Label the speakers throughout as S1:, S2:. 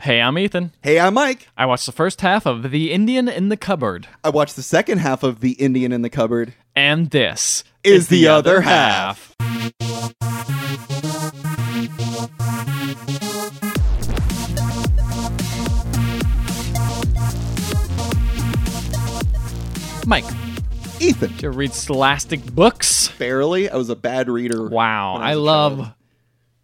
S1: Hey, I'm Ethan.
S2: Hey, I'm Mike.
S1: I watched the first half of The Indian in the Cupboard,
S2: I watched the second half of The Indian in the Cupboard.
S1: and this
S2: Is the other half.
S1: half. Mike,
S2: Ethan,
S1: do you read scholastic books?
S2: barely. I was a bad reader.
S1: Wow,
S2: when was
S1: I
S2: a
S1: love
S2: child.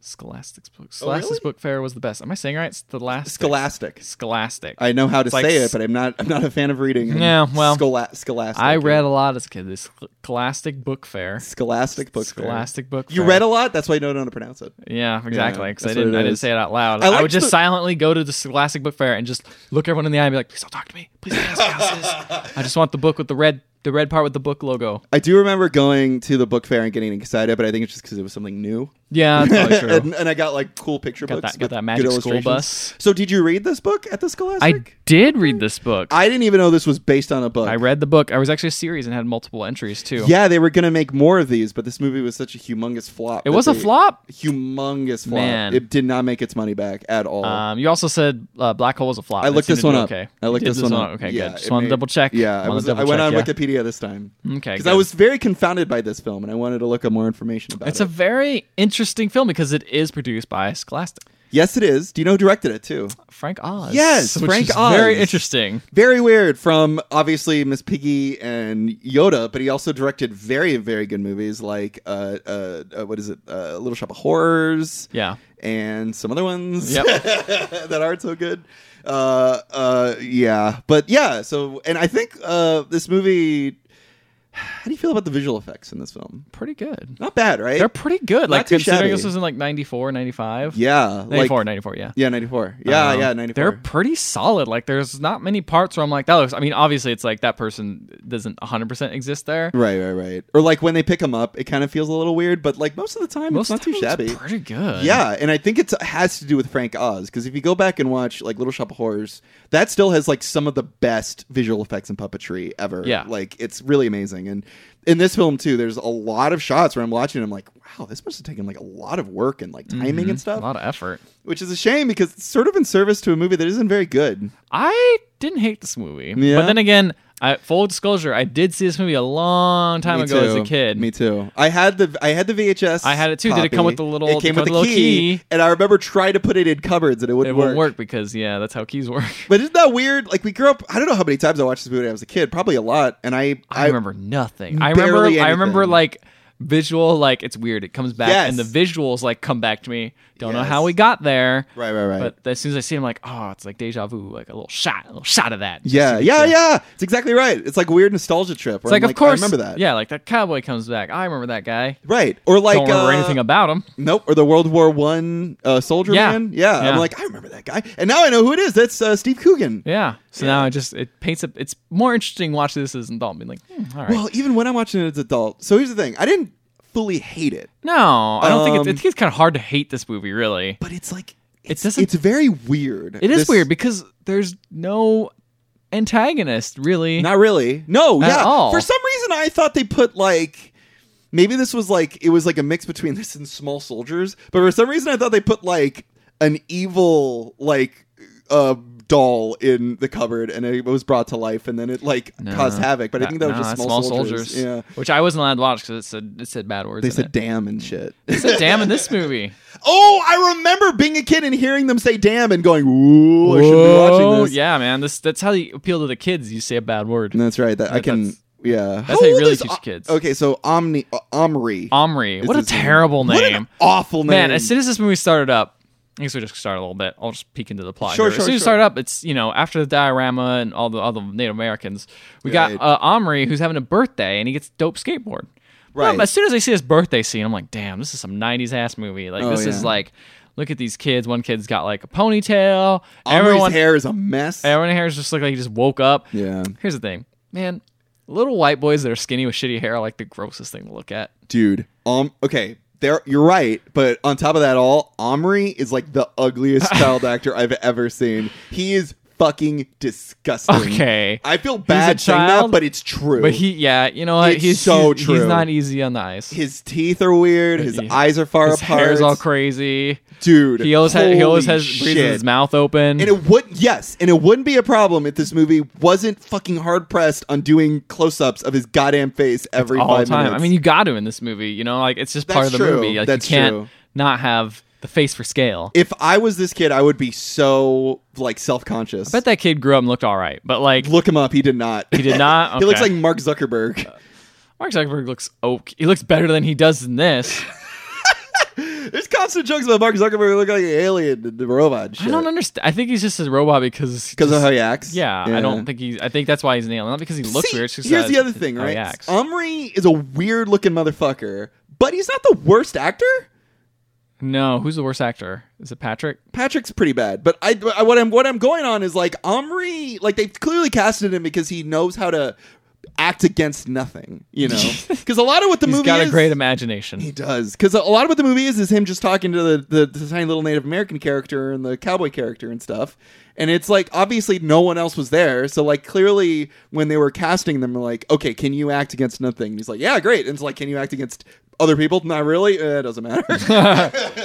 S1: Scholastic's books.
S2: Oh, really?
S1: Scholastic's book fair was the best. Am I saying right? Scholastic.
S2: Scholastic.
S1: Scholastic.
S2: I know how to
S1: It's like
S2: say
S1: s-
S2: it, but I'm not. I'm not a fan of reading.
S1: Yeah, well,
S2: Schola- scholastic.
S1: I read a lot as a kid. This Scholastic book fair.
S2: scholastic book. fair.
S1: Scholastic book.
S2: You
S1: fair.
S2: read a lot. That's why you don't know how to pronounce it.
S1: Yeah, exactly. Because I
S2: that's what
S1: didn't,
S2: it
S1: I didn't
S2: is.
S1: say it out loud.
S2: I
S1: I, would
S2: liked
S1: just
S2: the-
S1: silently go to the Scholastic Book Fair and just look everyone in the eye and be like, "Please don't talk to me. Please don't ask me how this is. I just want the book with the red, the red part with the book logo."
S2: I do remember going to the book fair and getting excited, but I think it's just because it was something new.
S1: Yeah, that's probably Oh, true.
S2: and, and I got like cool picture
S1: Got
S2: books.
S1: that- got
S2: with
S1: that
S2: good
S1: magic school
S2: illustrations.
S1: bus.
S2: So, did you read this book at the
S1: I
S2: Scholastic?
S1: did read this book. I,
S2: I didn't even know this was based on a book.
S1: read the book. I was actually a series and had multiple entries too.
S2: Yeah, they were gonna make more of these, but this movie was such a humongous flop.
S1: it was a flop.
S2: Humongous flop.
S1: Man.
S2: It did not make its money back at all.
S1: Um, you also said uh, Black Hole was a flop.
S2: I
S1: It
S2: looked
S1: seemed
S2: this
S1: to
S2: one
S1: do
S2: up.
S1: Okay,
S2: I
S1: You
S2: looked
S1: did
S2: this one up.
S1: Okay,
S2: Yeah,
S1: good.
S2: it
S1: Just wanted to
S2: made-
S1: double check.
S2: Yeah, I,
S1: Wanted
S2: was,
S1: to double
S2: I went
S1: check,
S2: on
S1: yeah.
S2: Wikipedia this time.
S1: Okay,
S2: because I
S1: good.
S2: was very confounded by this film, and I wanted to look up more information about
S1: It's
S2: it.
S1: a very interesting film because it is produced by Scholastic.
S2: yes, it is. Do you know who directed it too?
S1: Frank Oz.
S2: Yes,
S1: which
S2: Frank
S1: is Very
S2: Oz.
S1: interesting.
S2: Very weird. From obviously Miss Piggy and Yoda, but he also directed very, very good movies like uh, uh, uh what is it, uh, Little Shop of Horrors.
S1: Yeah.
S2: and some other ones
S1: Yep.
S2: that aren't so good. Uh, uh, yeah, but yeah. So, and I think uh, this movie. How do you feel about the visual effects in this film?
S1: pretty good.
S2: Not bad, right?
S1: They're pretty good. Like
S2: too
S1: considering
S2: shabby.
S1: this was in like 94, 95.
S2: yeah,
S1: 94,
S2: like
S1: 94, yeah.
S2: yeah, ninety four. Yeah,
S1: Um,
S2: yeah, ninety
S1: They're
S2: four.
S1: pretty solid. Like there's not many parts where I'm like that looks I mean obviously it's like that person doesn't 100% exist there.
S2: Right, right, right. Or like when they pick them up, it kind of feels a little weird, but like most of the time,
S1: Most
S2: it's
S1: of the
S2: not too
S1: time
S2: shabby.
S1: it's pretty good.
S2: Yeah, and I think it has to do with Frank Oz because if you go back and watch like Little Shop of Horrors, that still has like some of the best visual effects and puppetry ever.
S1: Yeah.
S2: like it's really amazing. And in this film too, there's a lot of shots where I'm watching. and I'm like, wow, this must have taken like a lot of work and like timing and
S1: A
S2: stuff,
S1: Mm-hmm. lot of effort.
S2: which is a shame because it's sort of in service to a movie that isn't very good.
S1: I didn't hate this movie.
S2: Yeah?
S1: But then again, I, full disclosure, I did see this movie a long time
S2: Me
S1: ago as a
S2: too.
S1: kid.
S2: Me too. I had the I had the VHS.
S1: I had it too. Did it come
S2: copy.
S1: with the little-
S2: It came
S1: come
S2: with
S1: with
S2: the
S1: the little
S2: key,
S1: key?
S2: and I remember trying to put it in cupboards, and it
S1: it
S2: wouldn't
S1: won't
S2: work.
S1: work because yeah, that's how keys work.
S2: But isn't that weird? Like we grew up. I don't know how many times I watched this movie when I was a kid. Probably a lot. And I,
S1: I remember nothing. I
S2: Barely
S1: remember I remember
S2: anything.
S1: like visual like it's weird. It comes back
S2: Yes.
S1: and the visuals like come back to me. Don't know
S2: Yes.
S1: how we got there.
S2: Right, right, right.
S1: But as soon as I see him like, oh, it's like deja vu, like a little shot, a little shot of that. Just
S2: yeah,
S1: to-
S2: yeah,
S1: to-
S2: yeah. It's exactly right. It's like a weird nostalgia trip. Where
S1: It's like,
S2: I'm
S1: of course
S2: I remember that.
S1: Yeah, like that cowboy comes back. I remember that guy.
S2: Right. Or like
S1: Don't remember
S2: uh,
S1: anything about him.
S2: Nope. Or the World War One uh, soldier
S1: Yeah.
S2: man. Yeah,
S1: Yeah.
S2: I'm like I remember that guy. And now I know who it is. That's uh, Steve Coogan.
S1: Yeah. So now I just it paints up it's more interesting watching this as an adult and being like, hmm, all right.
S2: Well, even when I'm watching it as an adult. So here's the thing. I didn't fully hate it,
S1: no, I don't think it's,
S2: um,
S1: I think it's kind of hard to hate this movie, really.
S2: but it's like it's
S1: doesn't-
S2: it's very weird.
S1: It is
S2: This-
S1: weird because there's no antagonist really.
S2: Not really. No,
S1: At
S2: yeah.
S1: all.
S2: For some reason, I thought they put like. Maybe this was like it was like a mix between this and Small Soldiers, but for some reason I thought they put like an evil like uh, doll in the cupboard, and it was brought to life, and then it like
S1: No.
S2: caused havoc. But I think that was
S1: no,
S2: just
S1: that's
S2: Small, soldiers. Yeah,
S1: Which I wasn't allowed to watch because it said it said bad words.
S2: they
S1: in
S2: said
S1: it.
S2: "damn" and shit.
S1: It said damn in this movie.
S2: oh, I remember being a kid and hearing them say "damn" and going, "Ooh, I should be watching
S1: Whoa.
S2: this."
S1: Yeah, man. This that's how you appeal to the kids. You say a bad word.
S2: that's right. That I can.
S1: That's-
S2: yeah,
S1: that's how you
S2: old
S1: really
S2: is
S1: teach
S2: O-
S1: kids.
S2: Okay, so Omni uh, Omri.
S1: Omri.
S2: is
S1: What a
S2: his name.
S1: terrible
S2: What an
S1: name.
S2: awful name.
S1: Man, as soon as this movie started up, I guess we just start a little bit. I'll just peek into the plot. here.
S2: Sure, sure,
S1: as soon as it
S2: sure.
S1: started up, it's you know after the diorama and all the all the Native Americans, we
S2: Right.
S1: got uh, Omri who's having a birthday and he gets dope skateboard.
S2: Right.
S1: Um, as soon as I see this birthday scene, I'm like, damn, this is some '90s ass movie. Like
S2: Oh,
S1: this
S2: yeah.
S1: is like, look at these kids. One kid's got like a ponytail.
S2: Omri's
S1: everyone,
S2: hair is a mess.
S1: everyone hair is just look like he just woke up.
S2: Yeah.
S1: Here's the thing, man. Little white boys that are skinny with shitty hair are like the grossest thing to look at.
S2: Dude. Um okay, there you're right, but on top of that all, Omri is like the ugliest child actor I've ever seen. He is fucking disgusting.
S1: Okay.
S2: I feel bad
S1: a
S2: saying that,
S1: child,
S2: but it's true.
S1: But he, yeah, you know what?
S2: It's
S1: he's
S2: so
S1: he's,
S2: true.
S1: He's not easy on the ice. His,
S2: his teeth are weird. His
S1: Yeah.
S2: eyes are far apart.
S1: hair's all crazy.
S2: Dude,
S1: He always has, he always
S2: holy
S1: has breathes with
S2: shit.
S1: his mouth open.
S2: And it would yes, and it wouldn't be a problem if this movie wasn't fucking hard pressed on doing close ups of his goddamn face every
S1: all the
S2: five
S1: time.
S2: minutes.
S1: I mean, you got to in this movie. You know, like it's just part of
S2: That's
S1: the
S2: true.
S1: movie. Like
S2: That's
S1: you can't
S2: true.
S1: not have the face for scale.
S2: if I was this kid, I would be so like self conscious.
S1: I bet that kid grew up and looked all right, but like
S2: Look him up. He did not.
S1: he did not.
S2: he looks like
S1: okay.
S2: Mark Zuckerberg.
S1: Mark Zuckerberg looks oak. He looks better than he does in this.
S2: There's constant jokes about Mark Zuckerberg looking like an alien, and the robot. and
S1: I
S2: shit.
S1: don't understand. I think he's just a robot because
S2: because of
S1: just-
S2: how he acts.
S1: yeah, I don't think he's. I think that's why he's nailing. Not because he looks
S2: See,
S1: weird. it's just
S2: here's
S1: that
S2: the other thing,
S1: how
S2: right? Uh,
S1: he acts.
S2: Omri is a weird looking motherfucker, but he's not the worst actor.
S1: no, who's the worst actor? Is it Patrick?
S2: Patrick's pretty bad, but I, I what I'm what I'm going on is like Omri, like they clearly casted him because he knows how to act against nothing, you know. Because a lot of what the
S1: He's
S2: movie
S1: got
S2: is,
S1: a great imagination.
S2: He does because a a lot of what the movie is is him just talking to the, the the tiny little Native American character and the cowboy character and stuff, and it's like obviously no one else was there, so like clearly when they were casting them, they're like, okay, can you act against nothing? And he's like, yeah, great. And it's like, can you act against other people? Not really. Uh, it doesn't matter.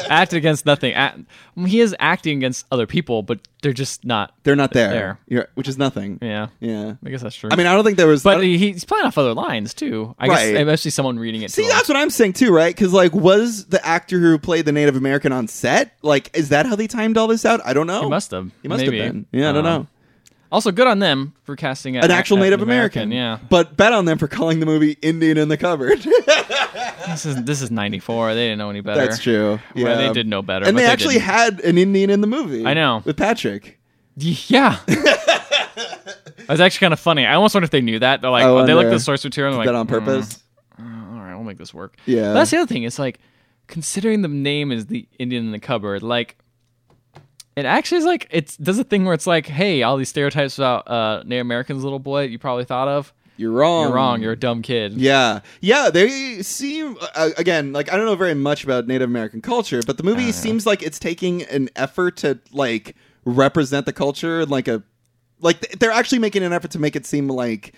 S1: Act against nothing. Act, he is acting against other people, but they're just not.
S2: they're not there,
S1: There.
S2: You're- which is nothing.
S1: Yeah,
S2: Yeah.
S1: I guess that's true.
S2: I mean, I don't think there was. I
S1: But
S2: don't-
S1: he, he's playing off other lines too. I
S2: Right.
S1: guess especially someone reading it.
S2: See,
S1: to him.
S2: that's what I'm saying too, right? Because like, was the actor who played the Native American on set? Like, is that how they timed all this out? I don't know.
S1: He must have.
S2: He must
S1: maybe.
S2: have been. Yeah, I don't
S1: Um,
S2: know.
S1: Also, good on them for casting a-
S2: An actual
S1: a-
S2: Native American.
S1: Yeah,
S2: But bet on them for calling the movie Indian in the Cupboard.
S1: this is this is '94. They didn't know any better.
S2: that's true. Yeah,
S1: Well, they did know better,
S2: And
S1: but
S2: they
S1: they
S2: actually
S1: didn't.
S2: had an Indian in the movie.
S1: I know.
S2: with Patrick.
S1: Yeah. That's actually kind of funny. I almost wonder if they knew that. They're like,
S2: I
S1: oh, they looked
S2: wonder.
S1: at the source material and
S2: Is
S1: they're
S2: that on
S1: like, mm-hmm.
S2: purpose?
S1: "Mm, all right, we'll make this work.
S2: Yeah.
S1: That's the other thing. It's like, considering the name is the Indian in the cupboard, like, it actually is like, it does a thing where it's like, hey, all these stereotypes about uh, Native Americans, little boy, you probably thought of.
S2: You're wrong.
S1: You're wrong. You're a dumb kid.
S2: Um, Yeah, yeah. They seem uh, again like I don't know very much about Native American culture, but the movie
S1: Uh.
S2: seems like it's taking an effort to like represent the culture in, like a like th- they're actually making an effort to make it seem like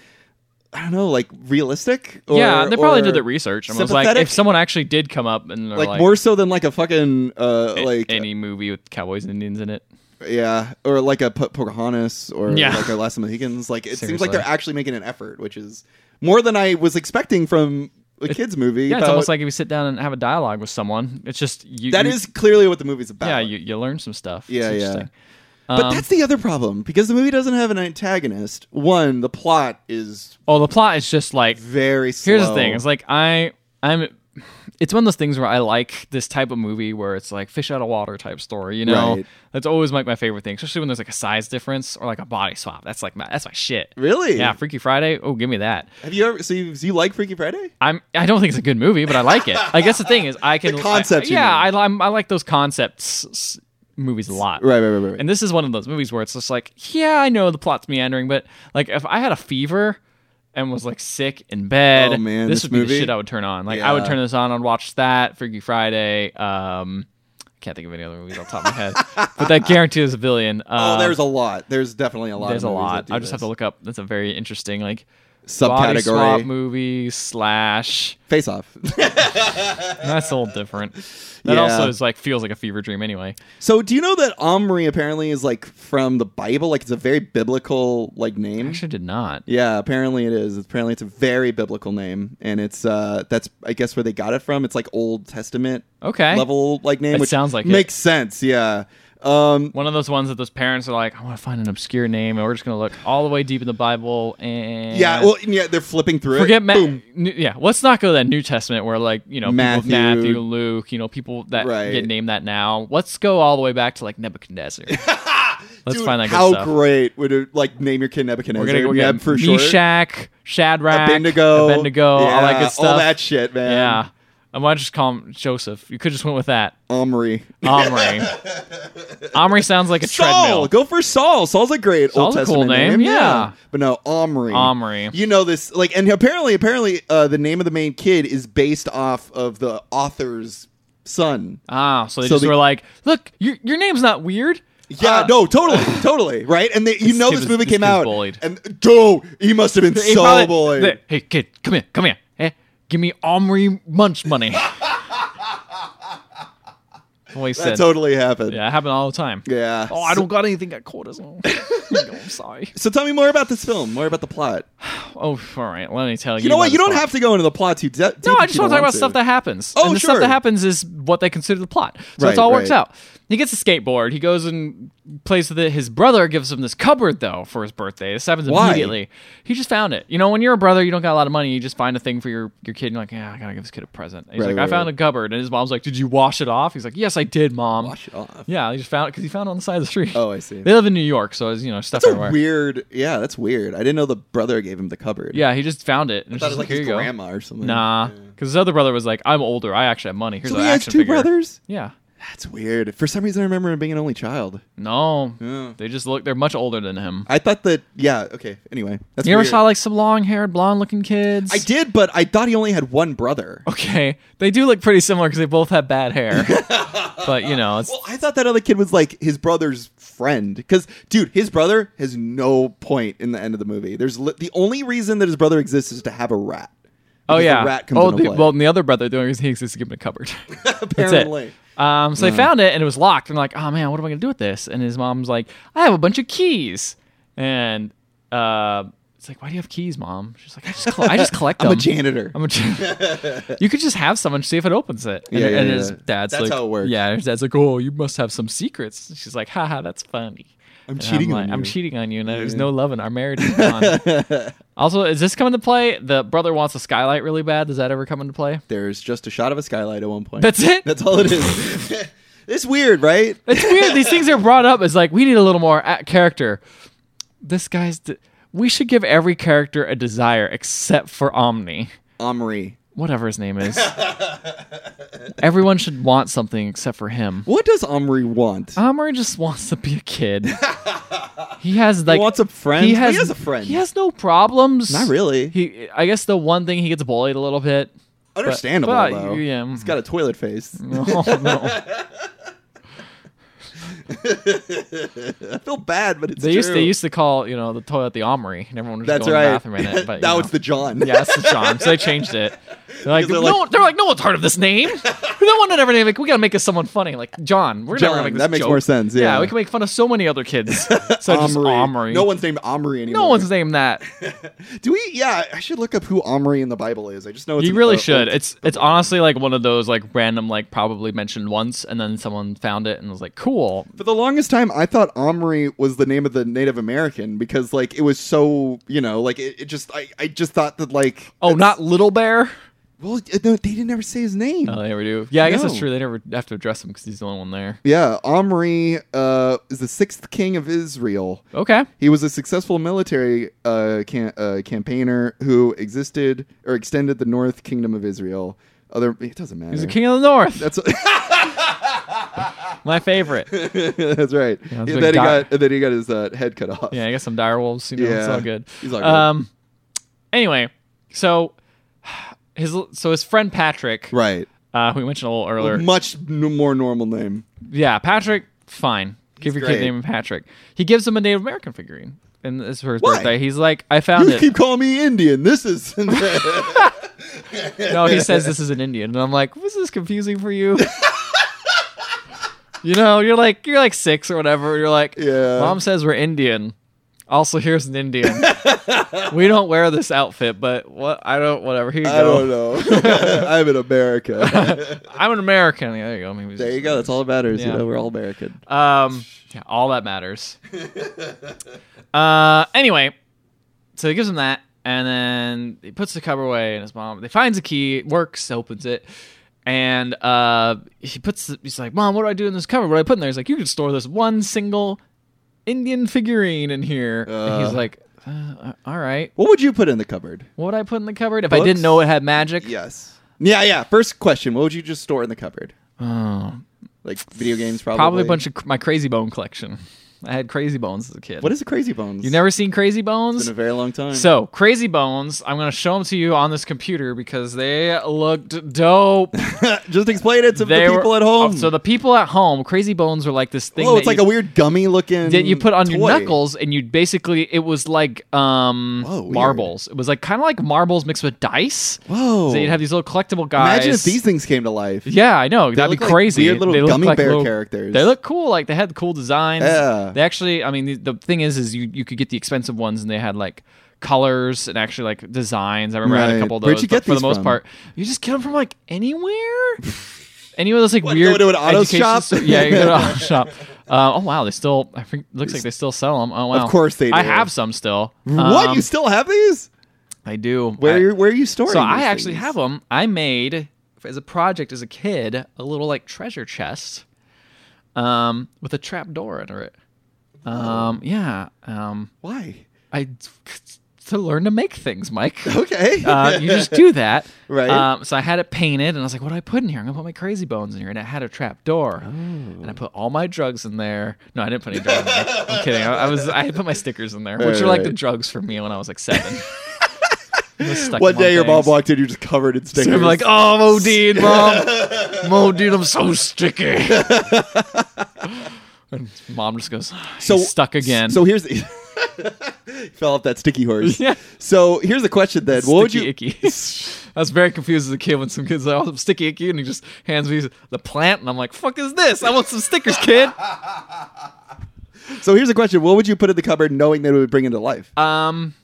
S2: I don't know, like realistic. Or,
S1: yeah, they probably did
S2: or-
S1: the research and was like,
S2: sympathetic?
S1: if someone actually did come up and they're
S2: like,
S1: like,
S2: more so than like a fucking uh
S1: "A-
S2: like
S1: any movie with cowboys and Indians in it.
S2: yeah or like a Po- Pocahontas or
S1: Yeah.
S2: like a Last of the Mohicans. Like it seems like
S1: Seriously.
S2: they're actually making an effort, which is more than I was expecting from a kids movie.
S1: Yeah, it's
S2: about-
S1: almost like if you sit down and have a dialogue with someone, it's just you.
S2: that
S1: you-
S2: is clearly what the movie's about.
S1: yeah, you, you learn some stuff. It's
S2: Yeah, yeah.
S1: interesting.
S2: But
S1: Um,
S2: that's the other problem because the movie doesn't have an antagonist. One, the plot is
S1: Oh, the plot is just like
S2: very slow.
S1: here's the thing. It's like I I'm it's one of those things where I like this type of movie where it's like fish out of water type story, you know?
S2: Right.
S1: That's always like my favorite thing, especially when there's like a size difference or like a body swap. That's like my that's my shit.
S2: really?
S1: Yeah, Freaky Friday. Oh, give me that.
S2: Have you ever? So you, so you like Freaky Friday?
S1: I'm. I don't think it's a good movie, but I like it. I guess the thing is, I can
S2: The concept,
S1: I,
S2: you
S1: yeah, I,
S2: mean.
S1: I'm- I like those concepts s- movies a lot.
S2: Right, right, right, right. right.
S1: And this is one of those movies where it's just like, yeah, I know the plot's meandering, but like if I had a fever and was like sick in bed,
S2: Oh, man,
S1: this,
S2: this
S1: would be
S2: movie?
S1: the shit I would turn on. Like I would
S2: Yeah.
S1: turn this on, I'd watch that, Freaky Friday. Um, I can't think of any other movies off the top of my head, but that guarantees a billion.
S2: oh,
S1: Um,
S2: there's a lot. There's definitely a lot.
S1: there's a
S2: of movies
S1: lot.
S2: that do
S1: I just have to
S2: this.
S1: look up. That's a very interesting like body swap
S2: subcategory.
S1: movie slash.
S2: Face off.
S1: That's a little different. That
S2: Yeah.
S1: also is like feels like a fever dream anyway.
S2: so do you know that Omri apparently is like from the Bible? Like it's a very biblical like name.
S1: Actually, did not.
S2: Yeah, apparently it is. Apparently it's a very biblical name, and it's uh that's I guess where they got it from. It's like Old Testament
S1: Okay.
S2: level like name,
S1: That
S2: which
S1: sounds like it.
S2: makes sense. Yeah. Um,
S1: One of those ones that those parents are like, I want to find an obscure name, and we're just gonna look all the way deep in the Bible and
S2: yeah. Well, yeah, they're flipping through
S1: forget
S2: it.
S1: Ma-
S2: Boom.
S1: New- yeah. Let's not go to that New Testament where like you know people-
S2: Matthew.
S1: Matthew, Luke, you know people that
S2: Right.
S1: get named that now. Let's go all the way back to like Nebuchadnezzar. Let's
S2: Dude,
S1: find that good
S2: how
S1: stuff.
S2: great would it like name your kid Nebuchadnezzar?
S1: We're gonna go
S2: Neb
S1: get
S2: for sure.
S1: Meshach, Shadrach,
S2: Abednego,
S1: Abednego, all that
S2: Yeah,
S1: good stuff.
S2: all that shit, man.
S1: Yeah, I might just call him Joseph. You could just went with that.
S2: Omri,
S1: Omri. Omri sounds like a
S2: Saul,
S1: treadmill.
S2: go for Saul. Saul's a great
S1: Saul's
S2: Old
S1: a cool
S2: Testament
S1: name, yeah.
S2: but no Omri.
S1: Omri.
S2: You know this, like, and apparently, apparently, uh, the name of the main kid is based off of the author's son.
S1: Ah, so they
S2: So
S1: just
S2: the-
S1: were like, "Look, your your name's not weird.
S2: Yeah,
S1: Uh,
S2: no, totally, totally, right. And they, you
S1: This
S2: know
S1: kid
S2: this
S1: was-
S2: movie
S1: this
S2: came
S1: kid was
S2: out,
S1: bullied.
S2: and dude, he must have been
S1: He
S2: so
S1: probably-
S2: bullied.
S1: the- hey kid, come here, come here. Eh, give me Omri Munch money. Always
S2: that
S1: said.
S2: totally happened.
S1: yeah, it happened all the time.
S2: Yeah.
S1: Oh, I don't got anything at quarters. Oh, I'm sorry.
S2: So tell me more about this film, more about the plot.
S1: Oh, all right. Let me tell you.
S2: You know
S1: about
S2: what? You
S1: this
S2: don't
S1: one.
S2: have to go into the plot too de- deep.
S1: No, I
S2: if
S1: just
S2: you
S1: want to
S2: don't
S1: talk about
S2: to.
S1: stuff that happens.
S2: Oh,
S1: and the stuff
S2: sure.
S1: that happens is what they consider the plot. So
S2: Right,
S1: it's all works
S2: right.
S1: out. He gets a skateboard. He goes and plays with it. His brother gives him this cupboard though for his birthday. This happens
S2: Why?
S1: immediately. He just found it. You know, when you're a brother, you don't got a lot of money. You just find a thing for your your kid. And you're like, yeah, I gotta give this kid a present. And he's
S2: Right,
S1: like,
S2: right,
S1: I found
S2: right.
S1: a cupboard, and his mom's like, Did you wash it off? He's like, Yes, I did, mom.
S2: Wash it off.
S1: Yeah, he just found it because he found it on the side of the street.
S2: Oh, I see.
S1: They live in New York, so it's you know stuff
S2: That's a
S1: everywhere.
S2: weird. Yeah, that's weird. I didn't know the brother gave him the cupboard.
S1: yeah, he just found it. And
S2: I thought it
S1: it's just
S2: was like
S1: here
S2: his
S1: you go.
S2: grandma or something.
S1: Nah,
S2: Yeah.
S1: because his other brother was like, "I'm older. I actually have money. Here's
S2: So
S1: an
S2: he has
S1: action
S2: two
S1: figure."
S2: brothers.
S1: Yeah.
S2: That's weird. For some reason, I remember him being an only child.
S1: No.
S2: Yeah.
S1: They just look. They're much older than him.
S2: I thought that. Yeah. Okay. Anyway, that's
S1: You ever
S2: weird.
S1: saw like some long-haired, blonde-looking kids?
S2: I did, but I thought he only had one brother.
S1: Okay, they do look pretty similar because they both have bad hair. but you know, it's,
S2: Well, I thought that other kid was like his brother's friend because, dude, his brother has no point in the end of the movie. There's li- the only reason that his brother exists is to have a rat.
S1: oh
S2: Because
S1: yeah.
S2: the rat comes
S1: oh,
S2: into
S1: the,
S2: play.
S1: well, and the other brother, the only reason he exists is to give him a cupboard. That's it.
S2: apparently. Hmm.
S1: Um, so they found it and it was locked. And like, oh man, what am I gonna do with this? And his mom's like, I have a bunch of keys. And uh, it's like, why do you have keys, mom? She's like, I just, col- I just collect
S2: I'm
S1: them.
S2: a janitor.
S1: I'm a you could just have someone see if it opens it. And,
S2: Yeah, yeah,
S1: and
S2: yeah.
S1: his dad's
S2: That's
S1: like,
S2: how it works.
S1: Yeah, his dad's like, oh, you must have some secrets. And she's like, haha, that's funny.
S2: I'm
S1: And
S2: cheating
S1: like,
S2: on
S1: I'm
S2: you.
S1: cheating on you, and there's no love, and our marriage is gone. also, is this coming to play? The brother wants a skylight really bad. Does that ever come into play?
S2: There's just a shot of a skylight at one point.
S1: That's it.
S2: That's all it is. it's weird, right?
S1: It's weird. These things are brought up as like we need a little more at character. This guy's. De- we should give every character a desire except for Omni,
S2: Omri.
S1: whatever his name is. Everyone should want something except for him.
S2: What does Omri want?
S1: Amr just wants to be a kid. he has like
S2: wants a friend?
S1: He
S2: He
S1: has,
S2: has a friend.
S1: He has no problems.
S2: Not really.
S1: He, I guess the one thing he gets bullied a little bit.
S2: Understandable
S1: but,
S2: though.
S1: yeah. mm.
S2: He's got a toilet face.
S1: Oh no!
S2: I feel bad, but it's
S1: they used
S2: true.
S1: they used to call you know the toilet the Omri, and everyone was
S2: That's
S1: going
S2: right.
S1: to the bathroom in it. But, you
S2: now
S1: know.
S2: it's the John.
S1: yeah, it's the charm. So they changed it. They're like,
S2: Because they're
S1: no,
S2: like-
S1: they're like, no one's heard of this name. No one had ever named it. We gotta make us someone funny, like John. We're
S2: John,
S1: never gonna make this
S2: that makes
S1: joke.
S2: more sense, yeah.
S1: we can make fun of so many other kids. So just
S2: Omri.
S1: Omri.
S2: No one's named Omri anymore.
S1: no one's named that.
S2: Do we? Yeah, I should look up who Omri in the Bible is. I just know it's
S1: You
S2: an-
S1: really
S2: uh,
S1: should.
S2: old-
S1: It's it's honestly like one of those like random like probably mentioned once and then someone found it and was like cool.
S2: For the longest time, I thought Omri was the name of the Native American because, like, it was so you know, like it, it just I, I just thought that like
S1: Oh, not Little Bear.
S2: well uh, no, they didn't ever say his name.
S1: No, they never do. Oh, Yeah, I guess that's
S2: No.
S1: true. They never have to address him because he's the only one there.
S2: yeah, Omri uh, is the sixth king of Israel.
S1: Okay.
S2: He was a successful military uh, cam- uh, campaigner who existed or extended the North Kingdom of Israel. Other it doesn't matter.
S1: He's the king of the north.
S2: That's
S1: My favorite.
S2: That's right.
S1: Yeah,
S2: and
S1: it's
S2: then
S1: like di-
S2: he got and then he got his uh, head cut off.
S1: Yeah, I guess some dire wolves. You know, it's
S2: Yeah.
S1: all good.
S2: He's all good.
S1: Um. Anyway, so his so his friend Patrick,
S2: Right.
S1: uh, who we mentioned a little earlier.
S2: Much n- more normal name.
S1: Yeah, Patrick. Fine, give your kid
S2: great.
S1: the name of Patrick. He gives him a Native American figurine, and this is for his
S2: Why?
S1: birthday. He's like, I found
S2: You
S1: it.
S2: keep calling me Indian. This is
S1: No, he says this is an Indian, and I'm like, was this confusing for you? you know, you're like you're like six or whatever. You're like,
S2: Yeah.
S1: Mom says we're Indian. Also, here's an Indian. we don't wear this outfit, but what I don't. Whatever. Here you
S2: I
S1: go.
S2: don't know. I'm in America.
S1: I'm an American. Yeah, there you go. Maybe
S2: there you go. That's all that matters. You
S1: Yeah.
S2: know, we're all American.
S1: Um, yeah, all that matters. uh, anyway, so he gives him that, and then he puts the cover away, and his mom. They finds a key, it works, opens it, and uh, he puts. The, he's like, "Mom, what do I do in this cover? What do I put in there?" He's like, "You can store this one single Indian figurine in here." and he's
S2: Uh.
S1: like, uh, "All right,
S2: What would you put in the cupboard?
S1: what would I put in the cupboard if I
S2: Books?
S1: didn't know it had magic?"
S2: Yes. Yeah, yeah. First question: What would you just store in the cupboard?
S1: Oh,
S2: Like video games, probably.
S1: probably a bunch of cr- my Crazy Bone collection. I had Crazy Bones as a kid.
S2: What is a Crazy Bones?
S1: You've never seen Crazy
S2: It's
S1: Bones?
S2: been a very long time.
S1: So, Crazy Bones, I'm going to show them to you on this computer because they looked dope.
S2: just explain it to
S1: They
S2: the
S1: were- oh,
S2: people at home.
S1: So, the people at home, Crazy Bones were like this thing
S2: oh,
S1: that
S2: it's like
S1: you,
S2: a weird gummy looking.
S1: that you put on your
S2: toy.
S1: knuckles and you basically, it was like um,
S2: Whoa, weird.
S1: marbles. It was like kind of like marbles mixed with dice.
S2: Whoa!
S1: So, you'd have these little collectible guys.
S2: Imagine if these things came to life.
S1: Yeah, I know. That'd
S2: look
S1: be
S2: like
S1: crazy.
S2: weird little
S1: they look
S2: gummy
S1: like
S2: bear
S1: little-
S2: characters.
S1: They look cool. Like they had cool designs.
S2: Yeah.
S1: They actually, I mean, the, the thing is, is you you could get the expensive ones, and they had like colors and actually like designs. I remember I had a
S2: Right.
S1: couple of those.
S2: Where'd you
S1: but
S2: get
S1: for the
S2: these
S1: most
S2: from?
S1: part, you just get them from like anywhere. Any of those like
S2: What,
S1: weird
S2: go to an auto
S1: education
S2: shop?
S1: store- Yeah, you go to an auto shop. Uh, oh wow, they still. I think looks like they still sell them. Oh wow,
S2: Of course they
S1: I
S2: do.
S1: have some still.
S2: What?
S1: Um,
S2: You still have these?
S1: I do.
S2: Where
S1: I-
S2: are you, where are you storing?
S1: so
S2: these
S1: I actually
S2: things?
S1: have them. I made as a project as a kid a little like treasure chest, um, with a trap door under it.
S2: Oh.
S1: Um, yeah. Um,
S2: Why?
S1: I to learn to make things, Mike.
S2: Okay.
S1: Uh, you just do that,
S2: Right.
S1: Um, so I had it painted, and I was like, "What do I put in here? I'm gonna put my crazy bones in here." And it had a trap door, and
S2: Oh.
S1: I put all my drugs in there. No, I didn't put any drugs. in there. I'm kidding. I, I was I had put my stickers in there, which
S2: Right,
S1: are like
S2: right.
S1: the drugs for me when I was like seven. I was stuck
S2: One
S1: in my
S2: day your mom
S1: things.
S2: walked in, you're just covered in stickers.
S1: So I'm like, oh, Modine, mom, Modine, I'm so sticky. and mom just goes, so stuck again.
S2: So here's fell off that sticky horse.
S1: Yeah.
S2: So here's the question then. What would you?
S1: sticky icky. I was very confused as a kid when some kids like, oh, I'm sticky icky, and he just hands me the plant, and I'm like, fuck is this? I want some stickers, kid.
S2: So here's the question. What would you put in the cupboard, knowing that it would bring into life?
S1: Um,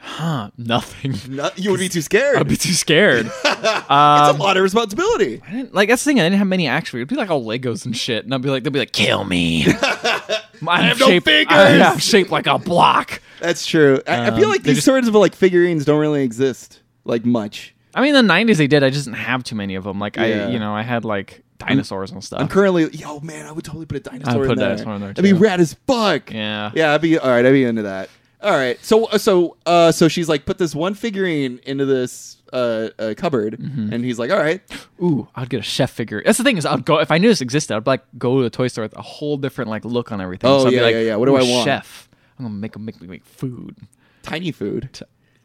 S1: huh, nothing.
S2: No- you would be too scared.
S1: I'd be Um, too scared.
S2: it's a lot of responsibility.
S1: I didn't, like that's the thing. I didn't have many actually. It'd be like all Legos and shit, and I'd be like, they'd be like, kill me. I'm I
S2: have no fingers.
S1: I'm shaped like a block.
S2: That's true. I, I feel
S1: Um,
S2: like
S1: they
S2: these
S1: just-
S2: sorts of like figurines don't really exist like much.
S1: I mean, in the '90s they did. I just didn't have too many of them. Like
S2: Yeah.
S1: I, you know, I had like dinosaurs and stuff.
S2: I'm currently, yo man, I would totally put a dinosaur,
S1: put
S2: in,
S1: a
S2: there.
S1: dinosaur in there,
S2: That'd be
S1: too.
S2: rad as fuck.
S1: yeah.
S2: Yeah, I'd be all right. I'd be into that. All right. So so uh so she's like put this one figurine into this uh, uh cupboard,
S1: Mm-hmm.
S2: and he's like, all right.
S1: Ooh, I'd get a chef figure. That's the thing is, I'd go if I knew this existed. I'd like go to a toy store with a whole different like look on everything.
S2: Oh,
S1: so I'd
S2: yeah,
S1: be like,
S2: yeah, yeah. What do
S1: "Ooh,
S2: I want?"
S1: Chef. I'm gonna make 'em make me make food.
S2: tiny food.